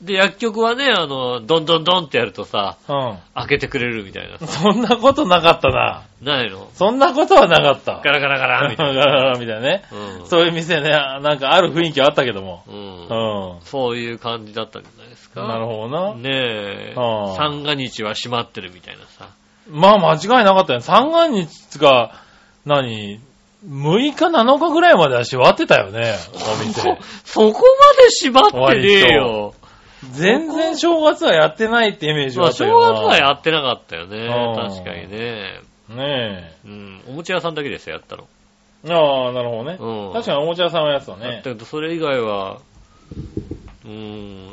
Speaker 2: で、薬局はね、あの、どんどんどんってやるとさ、
Speaker 3: う
Speaker 2: 開けてくれるみたいなさ
Speaker 3: ん。。そんなことなかったな。
Speaker 2: ないの
Speaker 3: そんなことはなかった。
Speaker 2: ガラガラガラみ たい
Speaker 3: ガラガラみたいなね。
Speaker 2: な。うん。
Speaker 3: そういう店ね、なんかある雰囲気はあったけども。
Speaker 2: う。
Speaker 3: うんん。
Speaker 2: そういう感じだったんじゃないですか。
Speaker 3: なるほどな。
Speaker 2: ねえ
Speaker 3: ああ、
Speaker 2: 三が日は閉まってるみたいなさ。
Speaker 3: まあ間違いなかったよね。三が日が、何 ?6 日7日ぐらいまでは閉まってたよね、お
Speaker 2: そ
Speaker 3: 店
Speaker 2: こ。、そこまで閉まってねえよ。
Speaker 3: 全然正月はやってないってイメージ
Speaker 2: ま
Speaker 3: は
Speaker 2: あ、
Speaker 3: あった
Speaker 2: 正
Speaker 3: よな。
Speaker 2: 月はやってなかったよね
Speaker 3: うん。
Speaker 2: 確かにね。
Speaker 3: ね
Speaker 2: うん。おもちゃ屋さんだけですよ、やったの。
Speaker 3: え。ああ、なるほどね。
Speaker 2: うん。
Speaker 3: 確かにおもちゃ屋さんはやつだ
Speaker 2: だっ
Speaker 3: ね
Speaker 2: た。けど、それ以外は、うーん、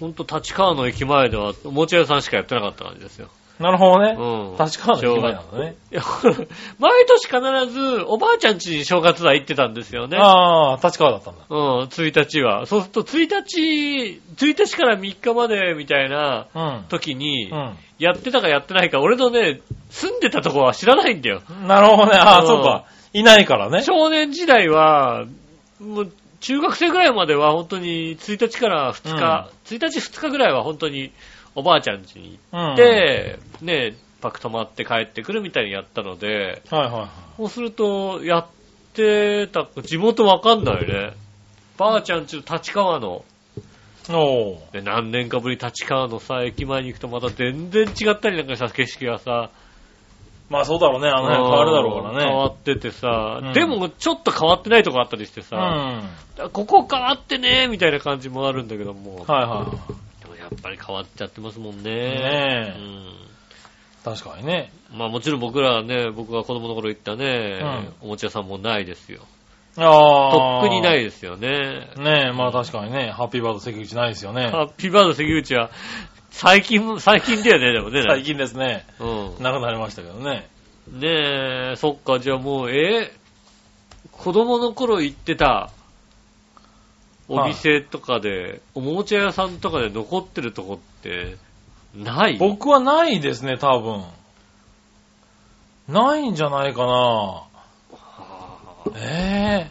Speaker 2: ほんと立川の駅前では、おもちゃ屋さんしかやってなかった感じですよ。
Speaker 3: なるほど
Speaker 2: う
Speaker 3: ね。
Speaker 2: ん。
Speaker 3: 確かに駅前な
Speaker 2: 正
Speaker 3: んだね。
Speaker 2: 月いや 毎年必ず、おばあちゃん家に正月は行ってたんですよね。
Speaker 3: ああ、立川だったんだ。
Speaker 2: うん、1日は。そうすると、1日、1日から3日までみたいな
Speaker 3: う
Speaker 2: 時に、
Speaker 3: ん。
Speaker 2: やってたかやってないか、俺のね、住んでたとこは知らないんだよ。
Speaker 3: うん。なるほどね。あ
Speaker 2: う
Speaker 3: あ、
Speaker 2: ん
Speaker 3: そうか。いないからね。
Speaker 2: 少年時代は、もう中学生ぐらいまでは本当に1日から2日、1日2日ぐらいは本当におばあちゃん家に
Speaker 3: うん。
Speaker 2: 行っ
Speaker 3: はい
Speaker 2: て、ね、パク泊まって帰ってくるみたいにやったので、
Speaker 3: はいはい。
Speaker 2: そうすると、やってた、地元わかんないね。ばあちゃんちの立川の、
Speaker 3: おー。
Speaker 2: で何年かぶり立川のさ、駅前に行くとまた全然違ったりなんかした景色がさ、
Speaker 3: まあそうだろうね。あの辺変わるだろうからね。
Speaker 2: 変わっててさ、
Speaker 3: うん
Speaker 2: でもちょっと変わってないとこあったりしてさ、
Speaker 3: うん。
Speaker 2: ここ変わってねみたいな感じもあるんだけども。
Speaker 3: はいはい。
Speaker 2: でもやっぱり変わっちゃってますもんね。
Speaker 3: ね
Speaker 2: う
Speaker 3: え。
Speaker 2: ん
Speaker 3: 確かにね。
Speaker 2: まあもちろん僕らはね、僕が子供の頃行ったね、おもちゃ屋さんもないですよ。
Speaker 3: あ。
Speaker 2: とっくにないいですよね。
Speaker 3: ねえ、まあ確かにね、ハッピーバード関口ないですよね。
Speaker 2: ハッピーバード関口は、最近も、 最近だよね、でもね。
Speaker 3: 最近ですね、
Speaker 2: う
Speaker 3: なくなりましたけどね。
Speaker 2: ん。ねえ、そっか、じゃあもう、え子供の頃行ってた、お店とかで、おもちゃ屋さんとかで残ってるとこって、ない
Speaker 3: 僕はないですね、多分。ないんじゃないかな。ええ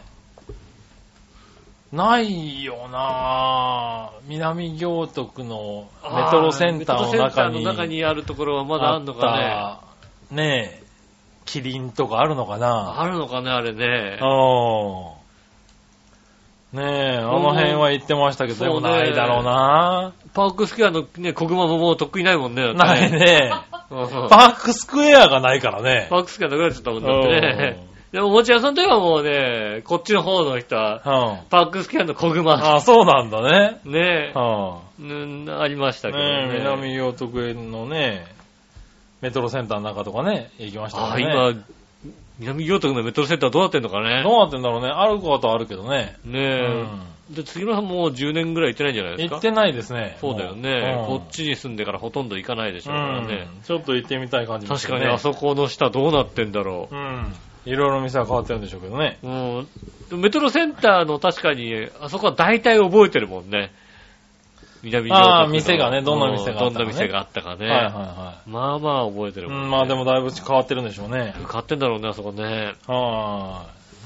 Speaker 3: ないよな南行徳のメトロセンター
Speaker 2: メ
Speaker 3: の中
Speaker 2: トロセンター
Speaker 3: に
Speaker 2: の中にあるところはまだあ
Speaker 3: あ
Speaker 2: る
Speaker 3: っ
Speaker 2: のかね。
Speaker 3: た、ねえ、キリンとかあるのかな
Speaker 2: あるのかね、あれね。
Speaker 3: うん。ねえ、あの辺は行ってましたけど、
Speaker 2: そう
Speaker 3: で
Speaker 2: ね
Speaker 3: もないだろうな
Speaker 2: パークスクエアのね、小熊ももうとっくにないもんね。だってね
Speaker 3: ない。ね。
Speaker 2: うん
Speaker 3: パークスクエアがないからね。
Speaker 2: パークスクエアなくなっちゃったもんだってね。でも、おもちゃ屋さんといえばもうね、こっちの方の人は、
Speaker 3: うん。うん
Speaker 2: パークスキャンの小熊。
Speaker 3: あ、そうなんだね。
Speaker 2: ね
Speaker 3: うん。
Speaker 2: え、うん、ありましたけど
Speaker 3: ね
Speaker 2: ね。
Speaker 3: え、南洋徳園のね、メトロセンターの中とかね、行きました
Speaker 2: あ
Speaker 3: か
Speaker 2: あ、
Speaker 3: らね。
Speaker 2: 今、南行徳のメトロセンターどうなってんのかね。
Speaker 3: どうなってんだろうね。あることはあるけどね。
Speaker 2: ね
Speaker 3: う
Speaker 2: え、
Speaker 3: ん。
Speaker 2: で、杉村さんもう10年ぐらい行ってないんじゃないですか
Speaker 3: 行ってないですね。
Speaker 2: そうだよね、
Speaker 3: もう
Speaker 2: こっちに住んでからほとんど行かないでしょ
Speaker 3: う
Speaker 2: うからね。
Speaker 3: ん。ちょっと行ってみたい感じ
Speaker 2: 確かにあそこの下どうなってんだろ
Speaker 3: う。うん。いろいろ店は変わってるんでしょうけどね。
Speaker 2: う。うん。でもメトロセンターの確かに、あそこは大体覚えてるもんね。南行徳の
Speaker 3: ああ店がねどんな店があっ
Speaker 2: う
Speaker 3: たかね
Speaker 2: んどんな店があったかね。
Speaker 3: はいはいは
Speaker 2: まあまあ覚えて
Speaker 3: い。
Speaker 2: る
Speaker 3: う
Speaker 2: もん、ね
Speaker 3: ん、まあでもだいぶ変わってるんでしょうね。
Speaker 2: 買ってんだろうね、あそこね。
Speaker 3: は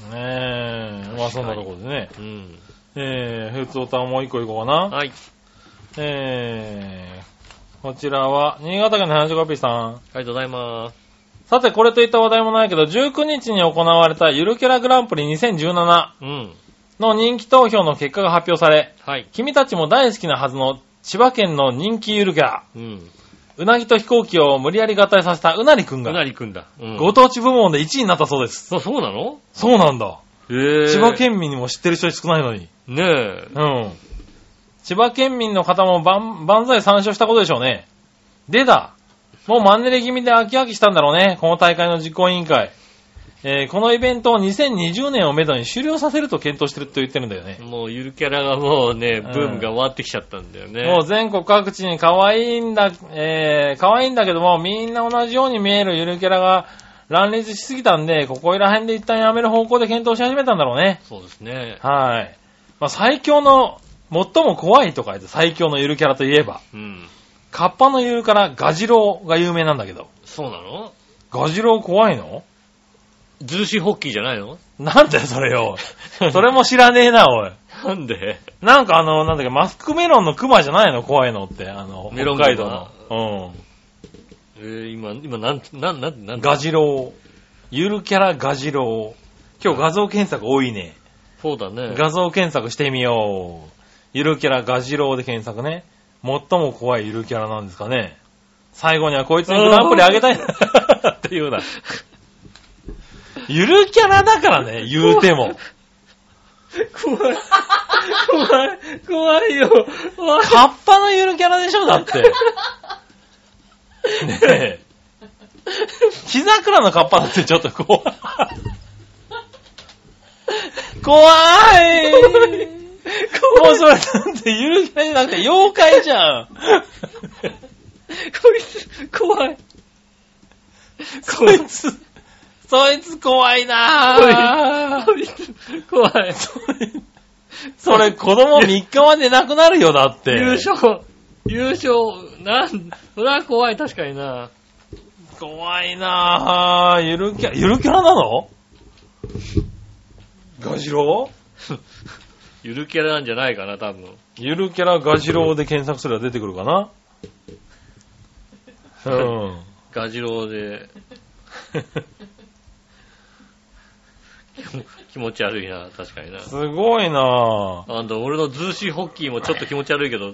Speaker 3: ーい。ねえ。まあそんなところでね。
Speaker 2: うん。
Speaker 3: えー、普通歌もう一個行こうかな。
Speaker 2: はい。
Speaker 3: えー、こちらは、新潟県の花女カピーさん。
Speaker 2: ありがとうございます。
Speaker 3: さて、これといった話題もないけど、19日に行われたゆるキャラグランプリ2017
Speaker 2: うん。
Speaker 3: の人気投票の結果が発表され、
Speaker 2: はい。
Speaker 3: 君たちも大好きなはずの千葉県の人気ゆるキャラ、
Speaker 2: うん。
Speaker 3: うなぎと飛行機を無理やり合体させたうなりくん
Speaker 2: うな
Speaker 3: が、
Speaker 2: りくんだ。うん。
Speaker 3: ご当地部門で1位になったそうです。
Speaker 2: あ、そうなの
Speaker 3: そうなんだ。
Speaker 2: へえ
Speaker 3: 千葉県民にも知ってる人少ないのに。
Speaker 2: ねえ。
Speaker 3: うん。千葉県民の方も万万歳参照したことでしょうね。でだ。もうマンネリ気味で飽き飽きしたんだろうね。この大会の実行委員会。えーこのイベントを2020年をめどに終了させると検討してると言ってるんだよね。
Speaker 2: もうゆるキャラがもうね、
Speaker 3: う
Speaker 2: ブ
Speaker 3: ん
Speaker 2: ームが終わってきちゃったんだよね。
Speaker 3: もう全国各地に可愛いんだ、えー、可愛いんだけども、みんな同じように見えるゆるキャラが乱立しすぎたんで、ここいら辺で一旦やめる方向で検討し始めたんだろうね。
Speaker 2: そうですね。
Speaker 3: はい。まあ、最強の、最も怖いと書いて最強のゆるキャラといえば。
Speaker 2: うん。
Speaker 3: カッパの言うからガジロウが有名なんだけど。
Speaker 2: そうなの
Speaker 3: ガジロウ怖いの
Speaker 2: ズーシーホッキーじゃないの
Speaker 3: なんだよ、それよ。それも知らねえな、おい。
Speaker 2: なん で
Speaker 3: なんかあの、なんだっけ、マスクメロンのクマじゃないの怖いのって、あの、
Speaker 2: メロ
Speaker 3: 北
Speaker 2: ン
Speaker 3: 海道の。
Speaker 2: えー、今、今、なん、なん、なん、な
Speaker 3: うん。
Speaker 2: ん
Speaker 3: ガジロウ。ゆるキャラガジロウ。今日画像検索多いね。
Speaker 2: そうだね。
Speaker 3: 画像検索してみよう。ゆるキャラガジロウで検索ね。最も怖いゆるキャラなんですかね。最後にはこいつにグランプリあげたい って言うな。ゆるキャラだからね、言うても。
Speaker 2: 怖い。怖い。怖いよ。怖い。
Speaker 3: カッパのゆるキャラでしょ、だ って。ねえ。木桜のカッパだってちょっと怖い。怖いもうそれなんてゆるキャラじゃなくて妖怪じゃん。
Speaker 2: こいつ、怖い。
Speaker 3: そいつ、そいつ怖いなぁ。
Speaker 2: こいつ、 怖い。
Speaker 3: それ子供3日までなくなるよ、だって。
Speaker 2: 優勝、優勝、なん、それは怖い、確かにな。
Speaker 3: 怖いなぁ。ゆるキャラ、ゆるキャラなのガジロウ
Speaker 2: ゆるキャラなんじゃないかな、多分。
Speaker 3: ゆるキャラガジロウで検索すれば出てくるかなうん。
Speaker 2: ガジロウ で。気も気持ち悪いな、確かにな。
Speaker 3: すごいなぁ。
Speaker 2: あんた、俺のズーシーホッキーもちょっと気持ち悪いけど、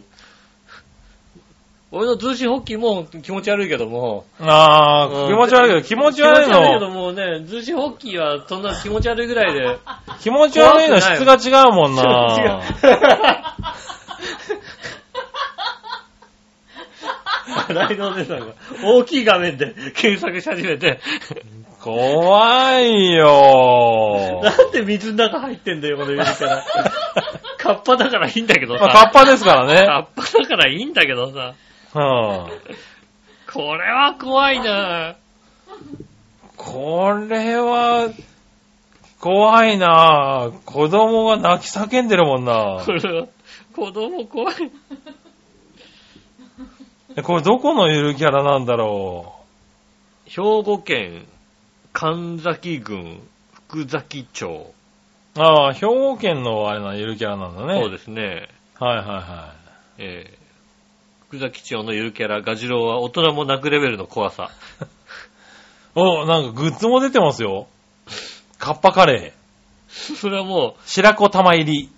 Speaker 2: 俺のズーシーホッキーも気持ち悪いけども、
Speaker 3: あ
Speaker 2: う
Speaker 3: ー、
Speaker 2: ん
Speaker 3: 気持ち悪いけど、気持ち悪い
Speaker 2: 気持ち悪いけど
Speaker 3: の、
Speaker 2: もうね、ズーシーホッキーはそんな気持ち悪いぐらいで、
Speaker 3: 気持ち悪いの質が違うもんなぁ。
Speaker 2: 笑いのお姉さんが大きい画面で検索し始めて、
Speaker 3: 怖いよ ー。
Speaker 2: なんで水の中入ってんだよ、この指 から。カッパだからいいんだけど
Speaker 3: まあ、カ
Speaker 2: さ。
Speaker 3: ッパですからね。
Speaker 2: カッパだからいいんだけどさ。
Speaker 3: うん
Speaker 2: これは怖いな
Speaker 3: これは、怖いなぁ。子供が泣き叫んでるもんな
Speaker 2: これは、子供怖い。
Speaker 3: ぁ。これどこのゆるキャラなんだろ
Speaker 2: 兵庫県、神崎郡、福崎町。
Speaker 3: う。ああ、兵庫県のあれな、ゆるキャラなんだね。
Speaker 2: そうですね。
Speaker 3: はいはいは
Speaker 2: えー、福崎町のゆるキャラ、ガジロウは大人も泣くレベルの怖 さ。
Speaker 3: い。お、なんかグッズも出てますよ。カッパカレー。
Speaker 2: それはも
Speaker 3: 白子玉入り。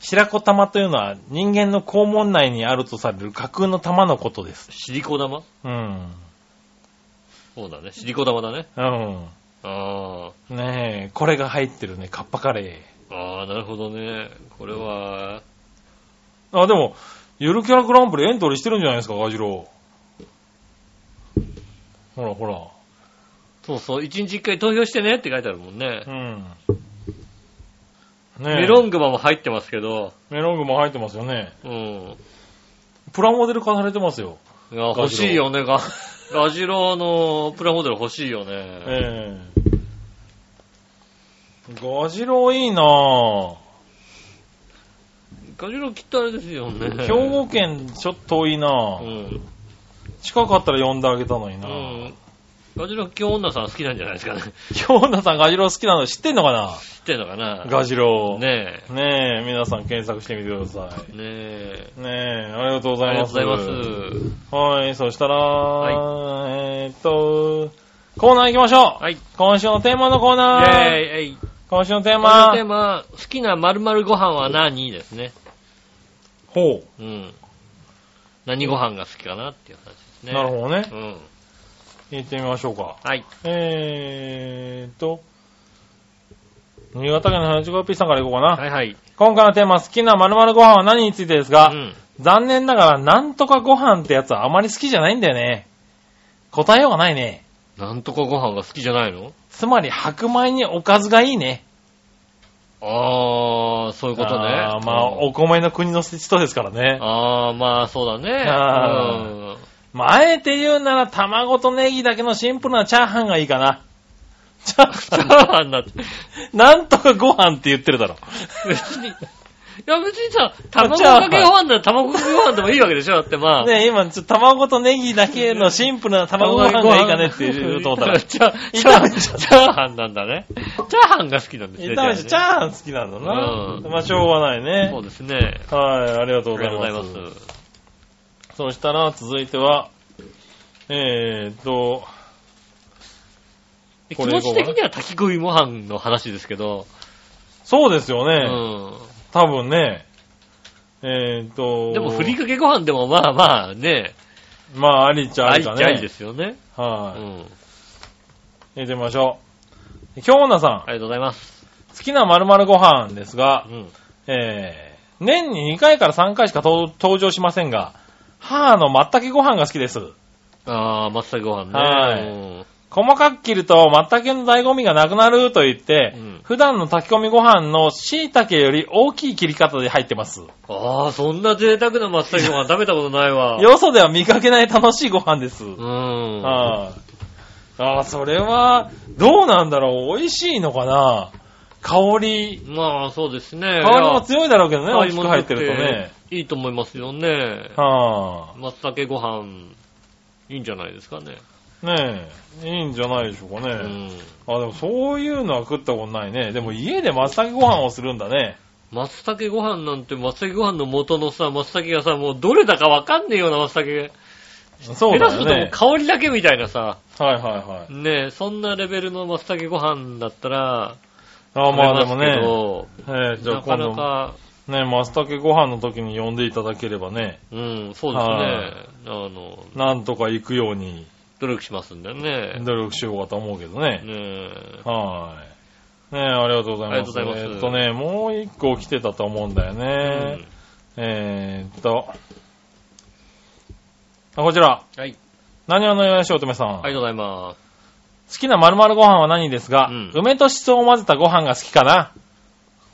Speaker 3: 白子玉というのは人間の肛門内にあるとされる架空の玉のことです
Speaker 2: う、。シリコ玉
Speaker 3: うん。
Speaker 2: そうだね。シリコ玉だね。
Speaker 3: うん。
Speaker 2: あ
Speaker 3: ねえ、これが入ってるね、カッパカレー。
Speaker 2: ー、あー、なるほどね。これは、
Speaker 3: あ、でも、ゆるキャラグランプリエントリーしてるんじゃないですか、ガジロウ。ほらほら。
Speaker 2: そうそう、一日一回投票してねって書いてあるもんね。
Speaker 3: うん。ねえ
Speaker 2: メロングマも入ってますけど、
Speaker 3: メロングも入ってますよね。
Speaker 2: うん。
Speaker 3: プラモデル化されてますよ。
Speaker 2: いや欲しいよね、ガ、ガジロウのプラモデル欲しいよね。
Speaker 3: ええガジロウいいなぁ。
Speaker 2: ガジロウきっとあれですよね。
Speaker 3: 兵庫県ちょっと遠いな
Speaker 2: う
Speaker 3: ぁ。
Speaker 2: ん。
Speaker 3: 近かったら呼んであげたのに
Speaker 2: う
Speaker 3: なぁ。
Speaker 2: ん。ガジロウ今日女さん好きなんじゃないですかね。
Speaker 3: 京奈さんガジロウ好きなの知ってんのかな
Speaker 2: 知ってんのかな
Speaker 3: ガジロウ。ね
Speaker 2: ね
Speaker 3: ねえ、皆さん検索してみてくださ
Speaker 2: え。ねえ。
Speaker 3: い。ねえ、ありがとうご
Speaker 2: あ
Speaker 3: ざ
Speaker 2: り
Speaker 3: い
Speaker 2: が
Speaker 3: ま
Speaker 2: とう
Speaker 3: す。
Speaker 2: ございます。
Speaker 3: はい、そしたら、
Speaker 2: は
Speaker 3: えーっと、コーナー行きましょう、
Speaker 2: はい。イ
Speaker 3: 今週のテーマのコー
Speaker 2: ェ
Speaker 3: ナー
Speaker 2: ーイえい。
Speaker 3: 今週のテー
Speaker 2: この
Speaker 3: マ
Speaker 2: テーマ、好きな〇〇ご飯は何ですね。
Speaker 3: ほう、
Speaker 2: うん。何ご飯が好きかなっていう話ですね。
Speaker 3: なるほどね。
Speaker 2: ど。うん。
Speaker 3: 行ってみましょうか。
Speaker 2: はい。
Speaker 3: えーっと、新潟県の花千 P さんから行こうかな。
Speaker 2: はいはい。
Speaker 3: 今回のテーマ、好きな〇〇ご飯は何についてですが、
Speaker 2: うん。
Speaker 3: 残念ながら、なんとかご飯ってやつはあまり好きじゃないんだよね。答えようがないね。
Speaker 2: なんとかご飯が好きじゃないの
Speaker 3: つまり、白米におかずがいいね。
Speaker 2: あー、そういうことね。
Speaker 3: あーまあ、
Speaker 2: うん
Speaker 3: お米の国の人ですからね。
Speaker 2: あー、まあ、そうだね。
Speaker 3: あー
Speaker 2: うん。
Speaker 3: まあ、あえて言うなら、卵とネギだけのシンプルなチャーハンがいいかな。チャ
Speaker 2: チャー
Speaker 3: ーハ
Speaker 2: ハンだって。
Speaker 3: ン、なんとかご飯って言って るだろ。
Speaker 2: 別に。いや、別にさ、卵かけご飯なら卵かけご飯でもいいわけでしょだってまあ。
Speaker 3: ねえ今、ちょっと卵とネギだけのシンプルな卵ご飯がいいかねって言うと思ったら。
Speaker 2: チャチャチャーハンなんだね。チャーハンが好きなんですね。
Speaker 3: いためし、チ
Speaker 2: じ
Speaker 3: ャー
Speaker 2: ゃあね
Speaker 3: ハン好きなんだな。
Speaker 2: うん
Speaker 3: まあ、しょうがない
Speaker 2: そう
Speaker 3: ね。
Speaker 2: ですね。
Speaker 3: はい、ありがとう
Speaker 2: あ
Speaker 3: ご
Speaker 2: り
Speaker 3: ざ
Speaker 2: が
Speaker 3: い
Speaker 2: とうござい
Speaker 3: ま。
Speaker 2: ますす。
Speaker 3: そしたら、続いては、えーっと、
Speaker 2: 気
Speaker 3: これ
Speaker 2: 持ち的には炊き込みご飯の話ですけど、
Speaker 3: そうですよ
Speaker 2: う
Speaker 3: ね。
Speaker 2: ん。
Speaker 3: 多分ね。えーっと、
Speaker 2: でも、ふりかけご飯でもまあまあね、
Speaker 3: まあ、ありっちゃあ
Speaker 2: あ
Speaker 3: り
Speaker 2: り
Speaker 3: だ
Speaker 2: っ
Speaker 3: ね。
Speaker 2: ちゃありですよね。う
Speaker 3: はい。
Speaker 2: ん。
Speaker 3: 入れてみましょう。京奈さ
Speaker 2: ありがとうございます。
Speaker 3: ん、好きな〇〇ご飯です
Speaker 2: う
Speaker 3: が、
Speaker 2: ん。
Speaker 3: えー、年に2回から3回しか登登場しませんが、母のまったけご飯が好きです。
Speaker 2: あー、松茸ご飯ね。
Speaker 3: はい
Speaker 2: うん
Speaker 3: 細かく切ると、まったけの醍醐味がなくなると言って、
Speaker 2: うん
Speaker 3: 普段の炊き込みご飯の椎茸より大きい切り方で入ってます。
Speaker 2: あー、そんな贅沢な松茸ご飯食べたことないわ。
Speaker 3: よそでは見かけない楽しいご飯です。
Speaker 2: うん。
Speaker 3: はいああ、それは、どうなんだろう美味しいのかな香り、
Speaker 2: まあ、そうですね。
Speaker 3: 香りも強いだろうけどね、
Speaker 2: 香
Speaker 3: 大
Speaker 2: り
Speaker 3: き
Speaker 2: も
Speaker 3: く入ってるとね。。
Speaker 2: いいと思いますよね。
Speaker 3: はあ、
Speaker 2: 松茸ご飯、いいんじゃないですかね。
Speaker 3: ねえ、いいんじゃないでしょ
Speaker 2: う
Speaker 3: うかね。
Speaker 2: ん。
Speaker 3: あ、でもそういうのは食ったことないね。でも家で松茸ご飯をするんだね。
Speaker 2: 松茸ご飯なんて、松茸ご飯の元のさ、松茸がさ、もうどれだかわかんねえような松茸。
Speaker 3: そう
Speaker 2: 下
Speaker 3: だ
Speaker 2: 手す
Speaker 3: よ
Speaker 2: るともう
Speaker 3: ね。
Speaker 2: 香りだけみたいなさ、
Speaker 3: はいはいはい。
Speaker 2: ねえ、そんなレベルの松茸ご飯だったら、
Speaker 3: ああ、まあでも
Speaker 2: 食べますけ
Speaker 3: ね。
Speaker 2: ど
Speaker 3: ええじゃあ
Speaker 2: なか
Speaker 3: 今
Speaker 2: な
Speaker 3: 度、
Speaker 2: か、
Speaker 3: ね、松茸ご飯の時に呼んでいただければね、
Speaker 2: うん、そうです
Speaker 3: は
Speaker 2: ね
Speaker 3: い。
Speaker 2: あの、
Speaker 3: なんとか行くように
Speaker 2: 努力しますんでね。
Speaker 3: 努力しようかと思うけど
Speaker 2: ね
Speaker 3: ね。
Speaker 2: え。
Speaker 3: はい。ねえ、ありがとうございま
Speaker 2: あり
Speaker 3: す。
Speaker 2: がとうございます
Speaker 3: えーっとね、もう一個来てたと思うんだよね。えーっと。あ、こちら。
Speaker 2: はい。
Speaker 3: 何をのよやしおとめさん。
Speaker 2: ありがとうございます。
Speaker 3: 好きな〇〇ご飯は何ですが、
Speaker 2: うん
Speaker 3: 梅としそを混ぜたご飯が好きかな。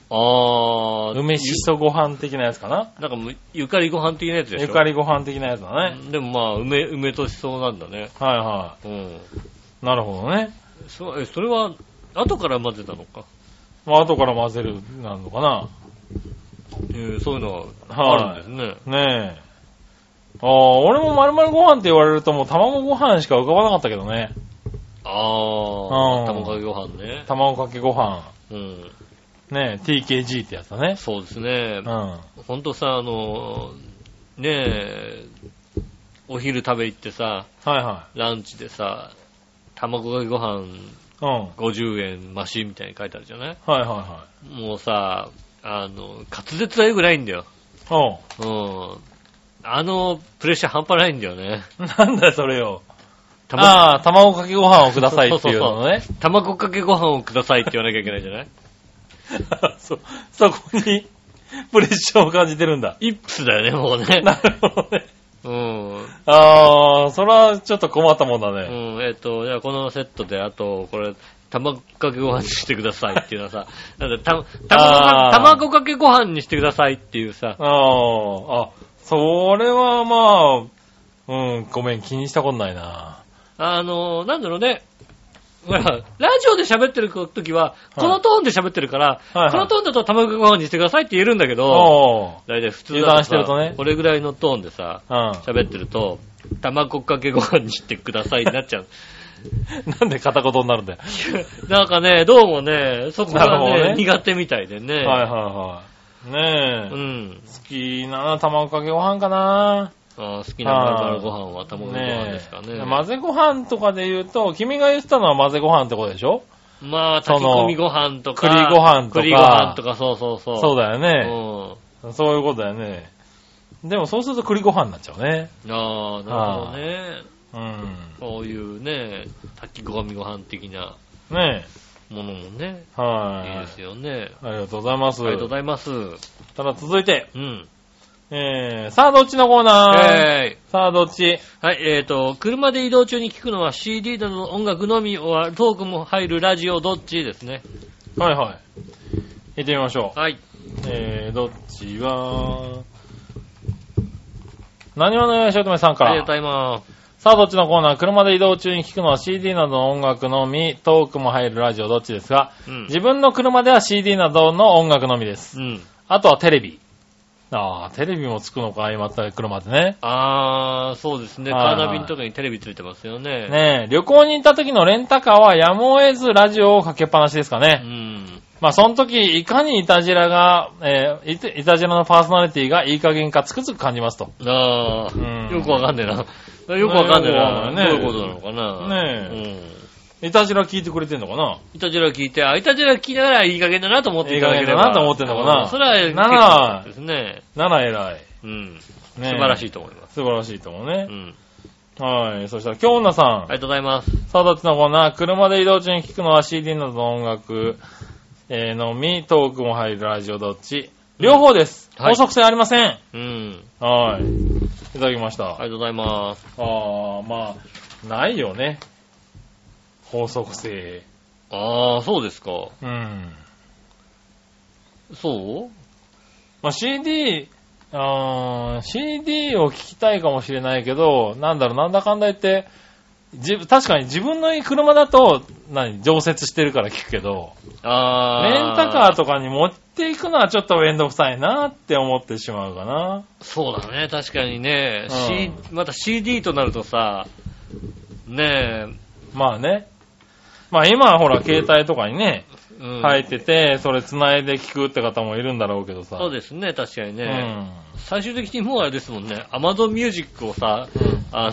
Speaker 2: あー。
Speaker 3: 梅しそご飯的なやつかな。
Speaker 2: ゆなんかむゆかりご飯的なやつでしょ
Speaker 3: ゆかりご飯的なやつだね。
Speaker 2: でもまあ、梅、梅としそうなんだね。
Speaker 3: はいは
Speaker 2: うん。
Speaker 3: い。なるほどね。
Speaker 2: そえそれは、後から混ぜたのか。
Speaker 3: まあ、後から混ぜる、なのかな。
Speaker 2: えーそういうのは
Speaker 3: は
Speaker 2: あ
Speaker 3: い
Speaker 2: るんですね。
Speaker 3: ねえ。ああ、俺も〇〇ご飯って言われるともう卵ご飯しか浮かばなかったけどね。
Speaker 2: あ
Speaker 3: う
Speaker 2: あ、
Speaker 3: ん
Speaker 2: 卵かけご飯ね。
Speaker 3: 卵かけご飯。
Speaker 2: うん。
Speaker 3: ねえ、TKG ってやつだね。
Speaker 2: そうですね
Speaker 3: うん。。は
Speaker 2: ほんとさ、あの、ねえ、お昼食べ行ってさ、
Speaker 3: いは
Speaker 2: ランチでさ、卵かけご飯
Speaker 3: い。うん。はい
Speaker 2: 50円増しみたいに書いてあるじゃない
Speaker 3: はいは
Speaker 2: もうさ、あの、滑舌は良くないんだよ。
Speaker 3: い。おう
Speaker 2: うん。あの、プレッシャー半端ないんだよね。
Speaker 3: なん だよ、それよ。
Speaker 2: 卵
Speaker 3: ああ、卵かけご飯をくださいっていうのね。
Speaker 2: 卵かけご飯をくださいって言わなきゃいけないじゃない
Speaker 3: そ、そこに、 プレッシャーを感じてるんだ。
Speaker 2: イップスだよね、もうね。
Speaker 3: なるほどね。
Speaker 2: うん。
Speaker 3: ああ、それはちょっと困ったもんだね。
Speaker 2: うん、えっ、と、じゃあこのセットで、あと、これ、卵かけご飯にしてくださいっていうのは さ、なんだ、た、卵か
Speaker 3: あー
Speaker 2: 卵かけご飯にしてくださいっていうさ、
Speaker 3: ああ、あ、それはまあ、うん、ごめん、気にしたことないな。
Speaker 2: あの、なんだろうね、ほら、ラジオで喋ってる時は、
Speaker 3: い
Speaker 2: このトーンで喋ってるから、
Speaker 3: はいはい
Speaker 2: このトーンだと卵かけご飯にしてくださいって言えるんだけど、
Speaker 3: おー
Speaker 2: だいたい普通だとさ
Speaker 3: 油断してるとね
Speaker 2: これぐらいのトーンでさ、
Speaker 3: う
Speaker 2: 喋ってると、卵かけご飯にしてくださいになっ ちゃう。
Speaker 3: ん。なんで片言になるんだよ。
Speaker 2: なんかね、どうもね、そこ
Speaker 3: な
Speaker 2: が
Speaker 3: るほ
Speaker 2: ね
Speaker 3: どね
Speaker 2: 苦手みたいでね。
Speaker 3: はいはいはい。
Speaker 2: う
Speaker 3: ねえ、好
Speaker 2: ん。
Speaker 3: きな卵かけご飯かな。
Speaker 2: あー好きな丸々ご飯は卵かけご飯ですかね。
Speaker 3: え混ぜご飯とかで言うと、君が言ってたのは混ぜご飯ってことでしょ
Speaker 2: まあ、炊き込みご飯とか、
Speaker 3: 栗ご飯とか
Speaker 2: 栗ご飯とか、そうそうそう。
Speaker 3: そうだよ
Speaker 2: う
Speaker 3: ね、
Speaker 2: ん。
Speaker 3: そういうことだよね。でもそうすると栗ご飯になっちゃうね。
Speaker 2: ああ、なるほどね。
Speaker 3: うん。
Speaker 2: そういうね、炊き込みご飯的な
Speaker 3: ね
Speaker 2: ものもね、
Speaker 3: え。はい
Speaker 2: い
Speaker 3: い。
Speaker 2: ですよね。
Speaker 3: ありがとうございます。
Speaker 2: ありがとうございます。う
Speaker 3: ただ続いて、
Speaker 2: ん。
Speaker 3: えー、さあどっちのコーナー、
Speaker 2: えーい
Speaker 3: さあどっち
Speaker 2: はい、えっ、と、車で移動中に聞くのは CD などの音楽のみ、はトークも入るラジオ、どっちですね。
Speaker 3: はいはい。行ってみましょう。
Speaker 2: はい。
Speaker 3: えー、どっちは、何話のよしおとめさんか
Speaker 2: ありがとうご
Speaker 3: ら。
Speaker 2: ざいます。
Speaker 3: さあ、どっちのコーナー車で移動中に聞くのは CD などの音楽のみ、トークも入るラジオどっちですが、
Speaker 2: うん。
Speaker 3: 自分の車では CD などの音楽のみです。
Speaker 2: うん。
Speaker 3: あとはテレビ。ああ、テレビもつくのか、今った車でね。
Speaker 2: あー、そうですね。カ
Speaker 3: はいは
Speaker 2: ー
Speaker 3: い
Speaker 2: ナビのとこにテレビついてますよね。
Speaker 3: ねえ、旅行に行った時のレンタカーはやむを得ずラジオをかけっぱなしですか
Speaker 2: う
Speaker 3: ね。
Speaker 2: ん。
Speaker 3: まあ、その時、いかにイタジラが、えーいてイタジラのパーソナリティがいい加減かつくづく感じますと。
Speaker 2: あ
Speaker 3: う
Speaker 2: ー、
Speaker 3: ん
Speaker 2: よくわかんねえな。よくわかんねえな。
Speaker 3: ね
Speaker 2: ど
Speaker 3: え
Speaker 2: ういうことなのかな。
Speaker 3: ね
Speaker 2: え。
Speaker 3: イタジラ聞いてくれてんのかな
Speaker 2: うん。イタジラ聞いて、あ、イタジラ聞きながらいい加減だなと思っていただければ。
Speaker 3: いい加減だなと思ってんのかな
Speaker 2: うんそれは結構
Speaker 3: なら
Speaker 2: ですね。
Speaker 3: なら偉い。ね
Speaker 2: うん。素
Speaker 3: え
Speaker 2: 晴らしい。と思います。
Speaker 3: 素晴らしいと思う
Speaker 2: う
Speaker 3: ね。
Speaker 2: ん。
Speaker 3: はい。そしたら、京女さん。
Speaker 2: ありがとうございます。
Speaker 3: さあ、どっちのコーナー車で移動中に聞くのは CD などの音楽、えーのみ、トークも入るラジオどっち両方です。
Speaker 2: はい
Speaker 3: 法則性ありません。
Speaker 2: うん。
Speaker 3: はい。いただきまし
Speaker 2: あ
Speaker 3: た。
Speaker 2: りがとうございます。
Speaker 3: あー、まあ、ないよね。法則性。
Speaker 2: あー、そうですか。
Speaker 3: うん。
Speaker 2: そう
Speaker 3: まあ、CD、あー CD を聞きたいかもしれないけど、なんだろう、なんだかんだ言って、じ確かに自分の車だと、何、常設してるから聞くけど、
Speaker 2: あー。
Speaker 3: レンタカーとかに持っていくのはちょっとめんどくさいなって思ってしまうかな。
Speaker 2: そうだね、確かにね、
Speaker 3: うん
Speaker 2: C、また CD となるとさ、ね
Speaker 3: まあね。まあ今はほら、携帯とかにね、
Speaker 2: え、うん、
Speaker 3: 入ってて、それ繋いで聞くって方もいるんだろうけどさ。
Speaker 2: そう
Speaker 3: で
Speaker 2: ですね、確かに
Speaker 3: す
Speaker 2: ね、最終的にもうあれですもんね、Amazon Music をさ、
Speaker 3: うん
Speaker 2: あの、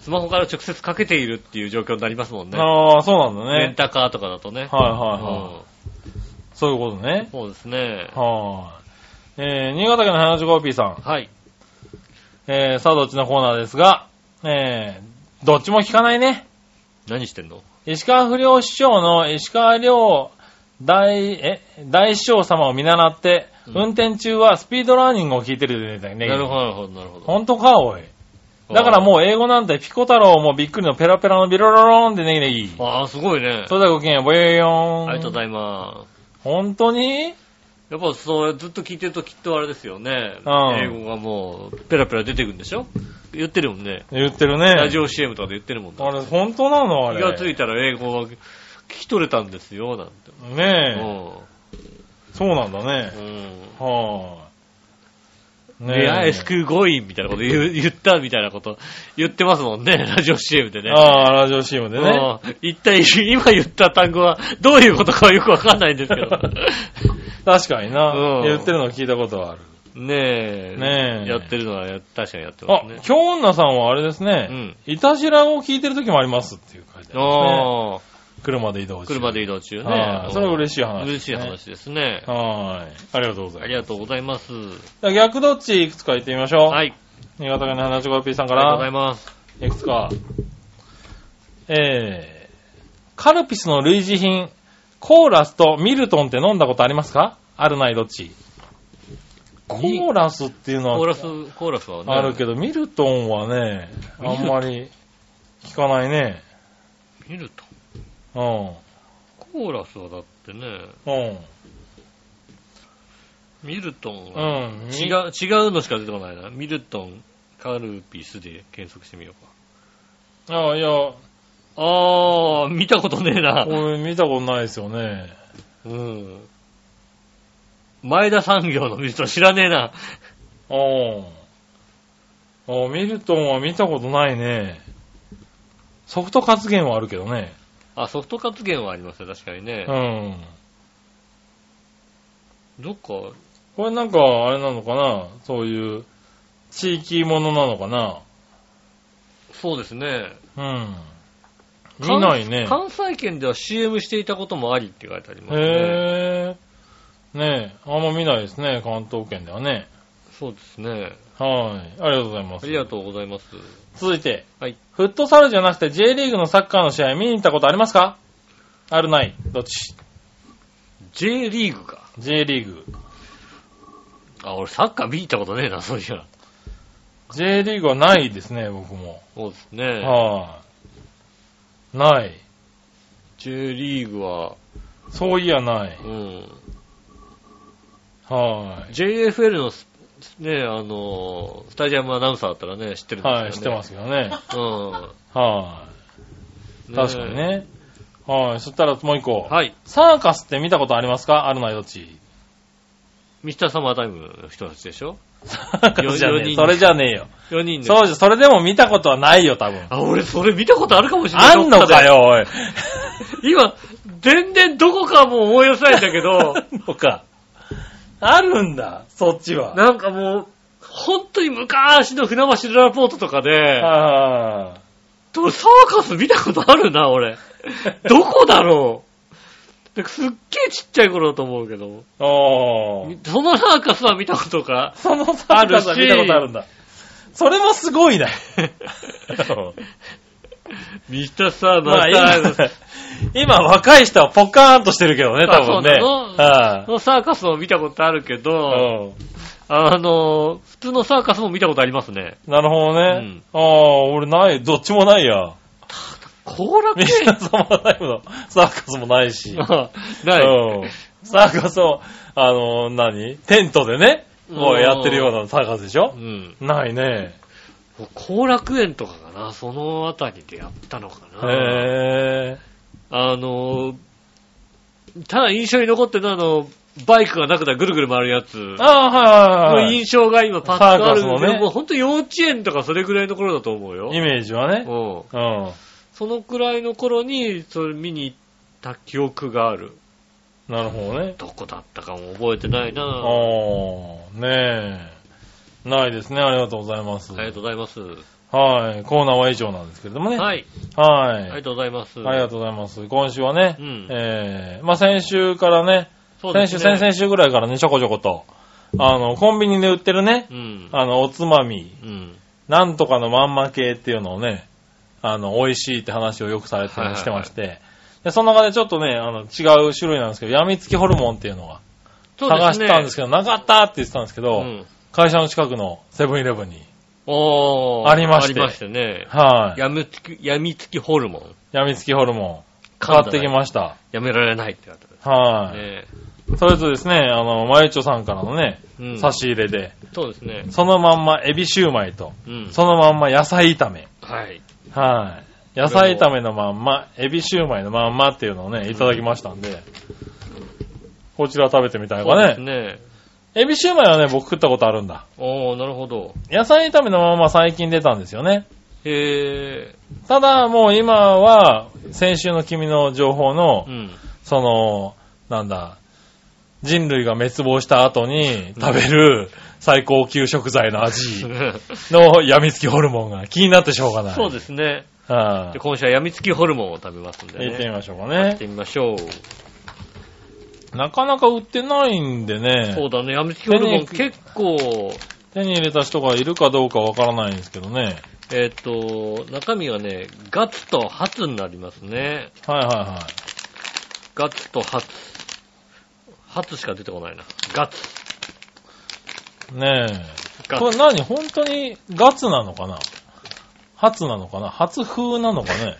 Speaker 2: スマホから直接かけているっていう状況になりますもんね。
Speaker 3: ああ、そうなんだね。
Speaker 2: レンタカーとかだとね。
Speaker 3: はいはいはい。
Speaker 2: うん
Speaker 3: そういうことね。
Speaker 2: そうですね。
Speaker 3: はーい。えー、新潟県の花5 p さん。
Speaker 2: はい。
Speaker 3: えー、さあどっちのコーナーですが、えー、どっちも聞かないね。
Speaker 2: 何してんの
Speaker 3: 石川不良師匠の石川良大、え、大師匠様を見習って、
Speaker 2: うん
Speaker 3: 運転中はスピードラーニングを聞いてるでね。
Speaker 2: なるほど、なるほど、なるほど。
Speaker 3: ほんとか、おい。だからもう英語なんてピコ太郎もびっくりのペラペラのビロロローンでネギネギ。
Speaker 2: ああ、すごいね。
Speaker 3: それではごきげんよう、ぼよよーん。
Speaker 2: ありがとうご
Speaker 3: い
Speaker 2: ざいます。
Speaker 3: ます。本当に
Speaker 2: やっぱそう、ずっと聞いてるときっとあれですよね。
Speaker 3: うん
Speaker 2: 英語がもう、ペラペラ出てくるんでしょ言ってるもんね。
Speaker 3: 言ってるね。
Speaker 2: ラジオ CM とかで言ってるもんだ。
Speaker 3: あれ、本当なの
Speaker 2: 気
Speaker 3: あれ。
Speaker 2: がついたら英語が聞き取れたんですよ、なんて。
Speaker 3: ねえ。そうなんだ
Speaker 2: う
Speaker 3: ね。
Speaker 2: ん。
Speaker 3: はぁ。
Speaker 2: うん。レアエスクゴインみたいなこと言う言ったみたいなこと言ってますもんね、ラジオ CM でね。
Speaker 3: ああ、ラジオ CM でね。
Speaker 2: うん一体 今言った単語はどういうことかはよくわかんないんです けど。
Speaker 3: 確かにな
Speaker 2: う。ん
Speaker 3: 言ってるの聞いたことはある。
Speaker 2: ねえ。
Speaker 3: ねえ
Speaker 2: やってるのはや確かにやってま
Speaker 3: あ
Speaker 2: すね、。
Speaker 3: 京女さんはあれです
Speaker 2: う
Speaker 3: ね。
Speaker 2: ん。
Speaker 3: いたしらを聞いてる時もありますっていう書いてありますね。
Speaker 2: ああ、
Speaker 3: 車で移動中。
Speaker 2: 車で
Speaker 3: 移
Speaker 2: 移動中
Speaker 3: 動
Speaker 2: ね。
Speaker 3: それは
Speaker 2: し
Speaker 3: 嬉しい話。
Speaker 2: 嬉しい。話ですね。
Speaker 3: はーい。ありがとうございます
Speaker 2: ありがとうございます。
Speaker 3: じゃあ逆どっちいくつか言ってみましょう。
Speaker 2: はい。
Speaker 3: 新潟県の花ちご P さん
Speaker 2: あ
Speaker 3: か
Speaker 2: りがとうござい
Speaker 3: ら、
Speaker 2: ます。
Speaker 3: いくつか。えー、カルピスの類似品、コーラスとミルトンって飲んだことありますかあるないどっちコーラスっていう
Speaker 2: コ
Speaker 3: の
Speaker 2: ーラ
Speaker 3: は
Speaker 2: ス、コーラスはね。
Speaker 3: あるけど、ミルトンはね、あんまり聞かないね。
Speaker 2: 見ると。
Speaker 3: うん。
Speaker 2: コーラスはだってね、
Speaker 3: うん。
Speaker 2: ミルトン
Speaker 3: う
Speaker 2: は、
Speaker 3: ん。
Speaker 2: 違う、違うのしか出てこないな。ミルトン、カルピスで検索してみようか。
Speaker 3: あいや、こ
Speaker 2: あー、見たことねえな。
Speaker 3: れ見たことないですよね。
Speaker 2: うん。前田産業のミルトン知らねえな。
Speaker 3: うん。あミルトンは見たことないね。ソフト活源はあるけどね。
Speaker 2: あ、ソフト活源はありますね、確かにね
Speaker 3: う。ん。
Speaker 2: どっか、
Speaker 3: これなんか、あれなのかなそういう、地域ものなのかな
Speaker 2: そうですね。
Speaker 3: うん。見ないね。
Speaker 2: 関関西圏では CM していたこともありって書いてありますね。
Speaker 3: へえ。ねえ、あんま見ないですね、関東圏ではね。
Speaker 2: そうですね。
Speaker 3: はい。ありがとうございま
Speaker 2: あ
Speaker 3: す
Speaker 2: り。がとうございます。
Speaker 3: 続いて。
Speaker 2: はい。
Speaker 3: フットサルじゃなくて J リーグのサッカーの試合見に行ったことありますかあるないどっち
Speaker 2: J リーグか。
Speaker 3: ?J リーグ。
Speaker 2: あ、俺サッカー見に行ったことねえな、そういや。
Speaker 3: J リーグはないですね、僕も。
Speaker 2: そうですね。
Speaker 3: はい、ない。
Speaker 2: J リーグは、
Speaker 3: そういやない。
Speaker 2: うん。
Speaker 3: はい、
Speaker 2: JFL のス、ね、あのー、スタジアムアナウンサーだったらね、知ってるんですよね。。
Speaker 3: はい、知ってますすけどね。
Speaker 2: うん。
Speaker 3: は
Speaker 2: ね
Speaker 3: い、確かに。ね。はい、そしたらもう一個。
Speaker 2: はい。
Speaker 3: サーカスって見たことありますかあるないどっち
Speaker 2: ミスターサマータイムの人たちでしょ
Speaker 3: サーカスじゃ
Speaker 2: よ
Speaker 3: ね
Speaker 2: 四
Speaker 3: え。
Speaker 2: 人
Speaker 3: それじゃねえよ。
Speaker 2: ?4 人で。
Speaker 3: そうじゃ、それでも見たことはないよ、多分。
Speaker 2: あ、俺それ見たことあるかもしれない。
Speaker 3: あんのかよ、おい。
Speaker 2: どっかで。今、全然どこかもう思い出せないんだけど、
Speaker 3: のか。あるんだ、そっちは。
Speaker 2: なんかもう、本当に昔の船橋ララポートとかで、
Speaker 3: は
Speaker 2: 俺サーカス見たことあるな、 俺。どこだろうなんかすっげえちっちゃい頃だと思うけど、
Speaker 3: い。おー。
Speaker 2: そのサーカスは見たこと か。
Speaker 3: そのサーカスは見たことあるんだ。それもすごいね。
Speaker 2: ミスターサー
Speaker 3: ま
Speaker 2: マ
Speaker 3: あ
Speaker 2: ータイム
Speaker 3: 今、今若い人はポカーンとしてるけどね、
Speaker 2: あ
Speaker 3: 多分
Speaker 2: そう
Speaker 3: ね。
Speaker 2: なの
Speaker 3: は
Speaker 2: のサーカスも見たことあるけ
Speaker 3: い
Speaker 2: ど、あの、普通のサーカスも見たことありますね。
Speaker 3: なるほどね。ああ、俺ない、どっちもな いや。
Speaker 2: 後楽
Speaker 3: みん
Speaker 2: 園
Speaker 3: なサマータイムのサーカスもないし。
Speaker 2: あない。
Speaker 3: うんサーカスを、あの、何テントでね、もうやってるようなサーカスでしょ
Speaker 2: うん。
Speaker 3: ないね。
Speaker 2: 後楽園とかかな、そのあたりでやったのかな。
Speaker 3: へえ。
Speaker 2: あの、ただ印象に残ってるのはあの、バイクがなくてぐるぐる回るやつ。
Speaker 3: ああ、はいはい
Speaker 2: の
Speaker 3: はい
Speaker 2: 印象が今パッとある
Speaker 3: サー
Speaker 2: け
Speaker 3: カ
Speaker 2: ど、
Speaker 3: スのね
Speaker 2: もう本当幼稚園とかそれぐらいの頃だと思うよ。
Speaker 3: イメージはね。
Speaker 2: うん。
Speaker 3: うん。
Speaker 2: そのくらいの頃に、それ見に行った記憶がある。
Speaker 3: なるほどね。
Speaker 2: どこだったかも覚えてないな
Speaker 3: あ
Speaker 2: ぁ。
Speaker 3: あ、ねえ。ないですね。ありがとうございます。
Speaker 2: ありがとうございます。
Speaker 3: はい。コーナーは以上なんですけれどもね。
Speaker 2: はい。
Speaker 3: は
Speaker 2: あ
Speaker 3: い。
Speaker 2: りがとうございます。
Speaker 3: ありがとうございます。今週はね、
Speaker 2: うん
Speaker 3: えー、まあ先週からね、
Speaker 2: そうです
Speaker 3: 先週、
Speaker 2: ね。
Speaker 3: 先々週ぐらいからね、ちょこちょこと、あの、コンビニで売ってるね、
Speaker 2: うん。
Speaker 3: あの、おつまみ、
Speaker 2: うん。
Speaker 3: なんとかのまんま系っていうのをね、あの、美味しいって話をよくされて
Speaker 2: はいはいはい
Speaker 3: してまして、で、その中でちょっとね、あの、違う種類なんですけど、やみつきホルモンっていうのが、
Speaker 2: そうですね。
Speaker 3: 探したんですけど、なかったって言ってたんですけど、
Speaker 2: うん
Speaker 3: 会社の近くのセブンイレブンに
Speaker 2: おー。
Speaker 3: ありまして
Speaker 2: ありましたね。
Speaker 3: はい。
Speaker 2: やみつき、やみつきホルモン。
Speaker 3: やみつきホルモン。変わってき
Speaker 2: す。
Speaker 3: ました。
Speaker 2: やめられないってなったね
Speaker 3: はい。
Speaker 2: ね
Speaker 3: それとですね、あの、まゆちょさんからのね、
Speaker 2: うん
Speaker 3: 差し入れで、
Speaker 2: そうですね。
Speaker 3: そのまんまエビシューマイと、
Speaker 2: うん。
Speaker 3: そのまんま野菜炒め。
Speaker 2: はい。
Speaker 3: はい。野菜炒めのまんま、エビシューマイのまんまっていうのをね、いただきましたんで、こちら食べてみたい
Speaker 2: そう
Speaker 3: わ
Speaker 2: です
Speaker 3: ね。
Speaker 2: ね。
Speaker 3: エビシューマイはね、僕食ったことあるんだ。
Speaker 2: おー、なるほど。
Speaker 3: 野菜炒めのまんま最近出たんですよね。
Speaker 2: へ
Speaker 3: ただ、もう今は、先週の君の情報の
Speaker 2: ー。う、ん。
Speaker 3: その、なんだ、人類が滅亡した後に食べる最高級食材の味のやみつきホルモンが気になってしょうがない。
Speaker 2: そうですね。
Speaker 3: は
Speaker 2: で
Speaker 3: い
Speaker 2: 今週はやみつきホルモンを食べますんでね。
Speaker 3: 行ってみましょうか
Speaker 2: やっ
Speaker 3: ね
Speaker 2: て。みましょう。
Speaker 3: なかなか売ってないんで
Speaker 2: そう
Speaker 3: ね、
Speaker 2: だね。やみつきホルモン
Speaker 3: 手に
Speaker 2: 結構、
Speaker 3: 手に入れた人がいるかどうかわからないんですけどね。
Speaker 2: えっ、と、中身はね、ガツとハツになりますね。
Speaker 3: はいはいは
Speaker 2: ガツとハツ。ハツしか出てこないな。ガツ。
Speaker 3: い。ねえ。
Speaker 2: ガ
Speaker 3: これ
Speaker 2: ツ。
Speaker 3: 何本当にガツなのかな初なのかな初風なのかね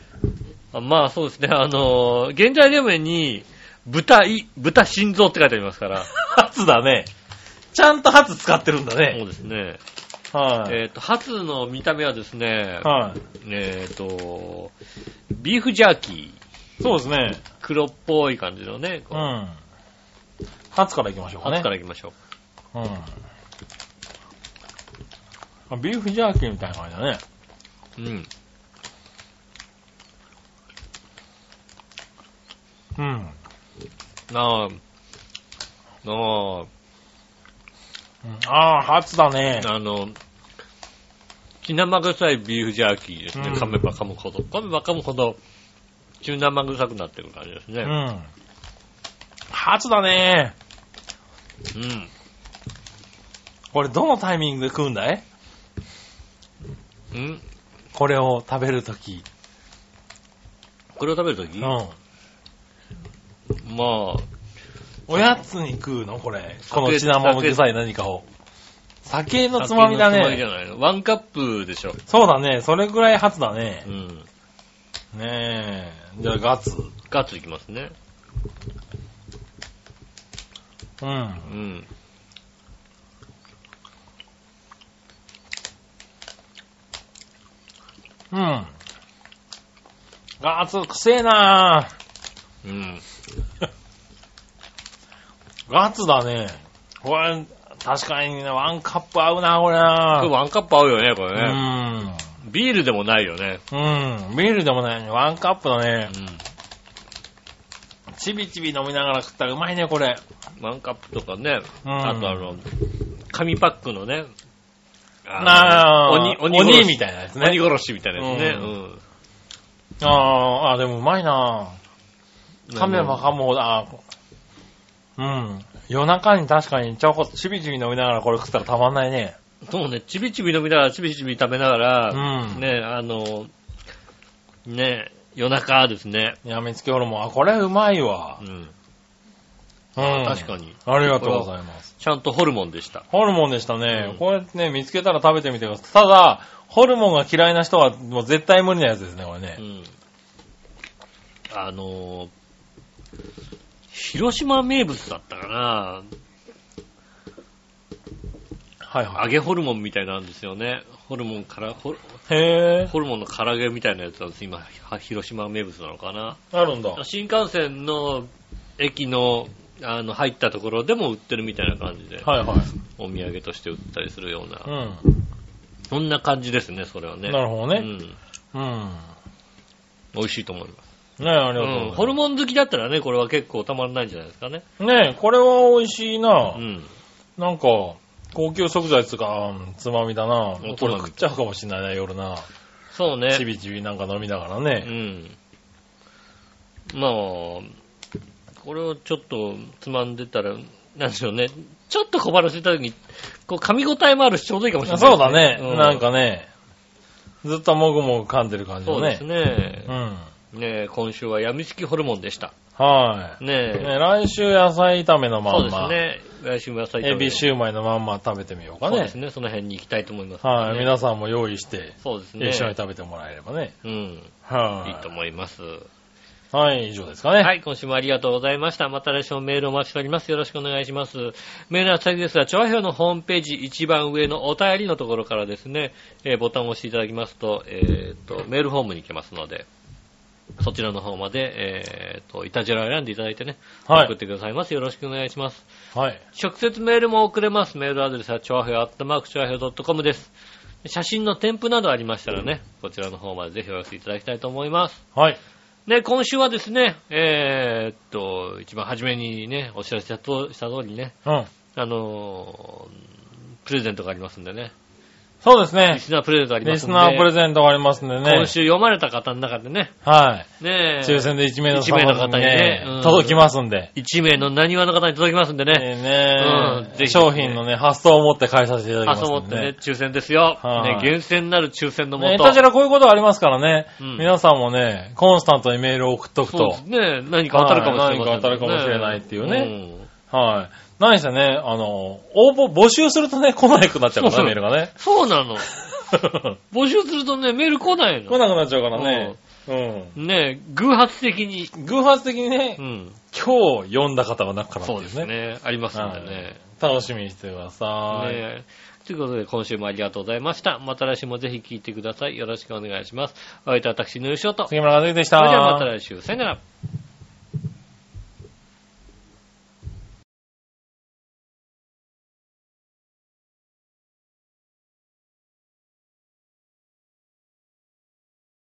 Speaker 2: あまあそうですね。あのー、現在でもに、豚い、豚心臓って書いてありますから。
Speaker 3: 初だね。ちゃんと初使ってるんだ
Speaker 2: そう。ですね。
Speaker 3: はい。
Speaker 2: えっ、と、ハツの見た目はですね、
Speaker 3: はい。
Speaker 2: えっ、と、ビーフジャーキー。
Speaker 3: そうですね。
Speaker 2: 黒っぽい感じのね、こ
Speaker 3: う
Speaker 2: う、
Speaker 3: ん。初からいきましょうかね。
Speaker 2: 初から行きましょう。
Speaker 3: うん。あビーフジャーキーみたいな感じだね。
Speaker 2: うん。
Speaker 3: うん。
Speaker 2: なあ、な
Speaker 3: ああ、初だね。
Speaker 2: あ、あの、血生臭いビーフジャーキーですね。
Speaker 3: うん
Speaker 2: 噛めば噛むほど。噛めば噛むほど、血生臭くなってくる感じです
Speaker 3: う
Speaker 2: ね。
Speaker 3: ん。初だね。
Speaker 2: うん。
Speaker 3: これどのタイミングで食うんだい
Speaker 2: うん。
Speaker 3: これを食べるとき。
Speaker 2: これを食べるとき、
Speaker 3: う
Speaker 2: ま
Speaker 3: ん。
Speaker 2: あ、
Speaker 3: おやつに食うのこれ。
Speaker 2: 酒
Speaker 3: この血生臭い何かを。酒 のつまみだ
Speaker 2: 酒のつまみじゃ
Speaker 3: ね。
Speaker 2: ないの。ワンカップでしょ。
Speaker 3: そうだね。それぐらい初だね
Speaker 2: う。ん。
Speaker 3: ねえ。じゃあガツ。
Speaker 2: ガッツいきますね。
Speaker 3: うん
Speaker 2: う。ん。
Speaker 3: うん。ガツ、くせえな
Speaker 2: うん。
Speaker 3: ガツだね。これ、確かにね、ワンカップ合うな、これな
Speaker 2: これワンカップ合うよね、これね。
Speaker 3: う
Speaker 2: ビールでもないよね。
Speaker 3: ん。うん。ビールでもないのにワンカップだね。
Speaker 2: う
Speaker 3: ちびちび飲みながら食ったらうまいね、これ。
Speaker 2: ん。ワンカップとかね。
Speaker 3: うん
Speaker 2: あとあの、紙パックのね、あの
Speaker 3: なあ
Speaker 2: 鬼、鬼
Speaker 3: 鬼
Speaker 2: 殺し
Speaker 3: みたいなやつね
Speaker 2: 鬼殺しみたいなやつね。
Speaker 3: う
Speaker 2: うん。
Speaker 3: あーあー、でもうまいな噛めば
Speaker 2: あ
Speaker 3: 噛むほど、あーうん。夜中に確かにちょこっとちびちび飲みながらこれ食ったらたまんないね。
Speaker 2: の。そうね、ちびちび飲みながら、ちびちび食べながら、
Speaker 3: うん。
Speaker 2: ね、あの、ね、夜中ですね。
Speaker 3: やみつけホルモン。あ、これうまいわ
Speaker 2: う。ん。
Speaker 3: うん。
Speaker 2: 確かに。
Speaker 3: ありがとうございます。
Speaker 2: ちゃんとホルモンでした。
Speaker 3: ホルモンでしたね。
Speaker 2: うん
Speaker 3: こうやってね、見つけたら食べてみてください。ただ、ホルモンが嫌いな人はもう絶対無理なやつですね、これ
Speaker 2: う
Speaker 3: ね。
Speaker 2: ん。あの、広島名物だったかな
Speaker 3: はい
Speaker 2: 揚
Speaker 3: はい。
Speaker 2: げホルモンみたいなんですよね。ホルモンから、ホル
Speaker 3: へ
Speaker 2: ホルモンの唐揚げみたいなやつなんです。今、は広島名物なのかな。
Speaker 3: ぇー。あるんだ。
Speaker 2: 新幹線の駅の、あの、入ったところでも売ってるみたいな感じで、
Speaker 3: はいはい。
Speaker 2: お土産として売ったりするような、
Speaker 3: うん。
Speaker 2: そんな感じですね、それはね。
Speaker 3: なる
Speaker 2: う
Speaker 3: ほどね。
Speaker 2: ん。
Speaker 3: うん。
Speaker 2: 美味しいと思います。
Speaker 3: ねありがとうございます。
Speaker 2: うん。ホルモン好きだったらね、これは結構たまらないんじゃないですかね。
Speaker 3: ねえ、これは美味しいな、
Speaker 2: うん。
Speaker 3: なんか、高級食材つか、うんつまみだな
Speaker 2: おつまみ
Speaker 3: これ食っちゃうかもしれないな、夜な。
Speaker 2: そうね。
Speaker 3: ちびちびなんか飲みながら
Speaker 2: う
Speaker 3: ね。
Speaker 2: ん。まあ、これをちょっとつまんでたら、なんでしょうね。ちょっと小腹空いた時に、こう噛み応えもあるしちょうどいいかもしれないです、
Speaker 3: そうだね、
Speaker 2: う
Speaker 3: なんかね、ずっともぐもぐ噛んでる感じ
Speaker 2: そ
Speaker 3: の
Speaker 2: う
Speaker 3: ね。
Speaker 2: ですね
Speaker 3: う。ん。
Speaker 2: ねえ、今週はやみつきホルモンでした。
Speaker 3: はい。
Speaker 2: ねえ。
Speaker 3: ね、来週野菜炒めのま
Speaker 2: そうんです
Speaker 3: ま。
Speaker 2: ね。来週も野菜
Speaker 3: エビシ
Speaker 2: ュ
Speaker 3: ューマイのまんま食べてみようか
Speaker 2: そうで
Speaker 3: ね
Speaker 2: す。ね、その辺に行きたいと思います、
Speaker 3: はい、
Speaker 2: ね
Speaker 3: 皆さんも用意して、
Speaker 2: そうですね。
Speaker 3: 一緒に食べてもらえればね。
Speaker 2: うん。いい
Speaker 3: は
Speaker 2: と思います。
Speaker 3: い。はい、以上ですかね。
Speaker 2: はい、今週もありがとうございました。また来週もメールお待ちしております。よろしくお願いします。メールは先ですが、調和表のホームページ一番上のお便りのところからですね、えーボタンを押していただきますと、えーと、メールフォームに行けますので、そちらの方まで、えーと、いたじらを選んでいただいてね、
Speaker 3: はい
Speaker 2: 送ってくださいます。よろしくお願いします。
Speaker 3: はい。
Speaker 2: 直接メールも送れます。メールアドレスは、ちょわひょアットマークちょわひょ .com です。写真の添付などありましたらね、こちらの方までぜひお寄せいただきたいと思います。
Speaker 3: はい。
Speaker 2: ね、今週はですね、えーっと、一番初めにね、お知らせしたとした通りね、
Speaker 3: うん。
Speaker 2: あのープレゼントがありますんでね。
Speaker 3: そうです
Speaker 2: リ
Speaker 3: ね。
Speaker 2: スナープレゼントありま
Speaker 3: リ
Speaker 2: すん
Speaker 3: ス
Speaker 2: で。
Speaker 3: ナープレゼントがありますんでね。
Speaker 2: 今週読まれた方の中でね、
Speaker 3: は
Speaker 2: ね
Speaker 3: い。抽選で1名の
Speaker 2: 一名の
Speaker 3: 方
Speaker 2: 方
Speaker 3: に
Speaker 2: に
Speaker 3: ね
Speaker 2: ねうん、
Speaker 3: 届きますんで。
Speaker 2: 1名の何話の方に届きますんでね。
Speaker 3: えーね
Speaker 2: うんぜひ
Speaker 3: 商品のね、発送を持って返させていただ
Speaker 2: あ、
Speaker 3: き
Speaker 2: そう
Speaker 3: ま
Speaker 2: 思っ
Speaker 3: すん
Speaker 2: て
Speaker 3: で
Speaker 2: ね
Speaker 3: ね。、
Speaker 2: 抽選ですよ。
Speaker 3: はい
Speaker 2: ね、厳選なる抽選のもと。
Speaker 3: ね、いたじらこういうことありますからね、
Speaker 2: うん
Speaker 3: 皆さんもね、コンスタントにメールを送っとく
Speaker 2: そう
Speaker 3: と
Speaker 2: です、ね。何か当たるかもしれない、
Speaker 3: はい何か当たるかもしれないっていうね
Speaker 2: うん
Speaker 3: はい。何せね、あの、応募、募集するとね、来なくなっちゃうか
Speaker 2: そう
Speaker 3: らね、メールが ね。
Speaker 2: そうなの。募集するとね、メール来ない
Speaker 3: 来
Speaker 2: の。
Speaker 3: なくなっちゃうからね。う
Speaker 2: ね偶発的に。
Speaker 3: ん。偶発的にね
Speaker 2: う、ん。
Speaker 3: 今日読んだ方が中からって
Speaker 2: そ
Speaker 3: い
Speaker 2: うう
Speaker 3: ね。
Speaker 2: ですね。ありますんでね。
Speaker 3: 楽しみにしてください。
Speaker 2: ねえということで、今週もありがとうございました。また来週もぜひ聞いてください。よろしくお願いします。お相手は私、ぬるしおと。そ
Speaker 3: 杉村和之でした。
Speaker 2: れではまた来週。さよなら。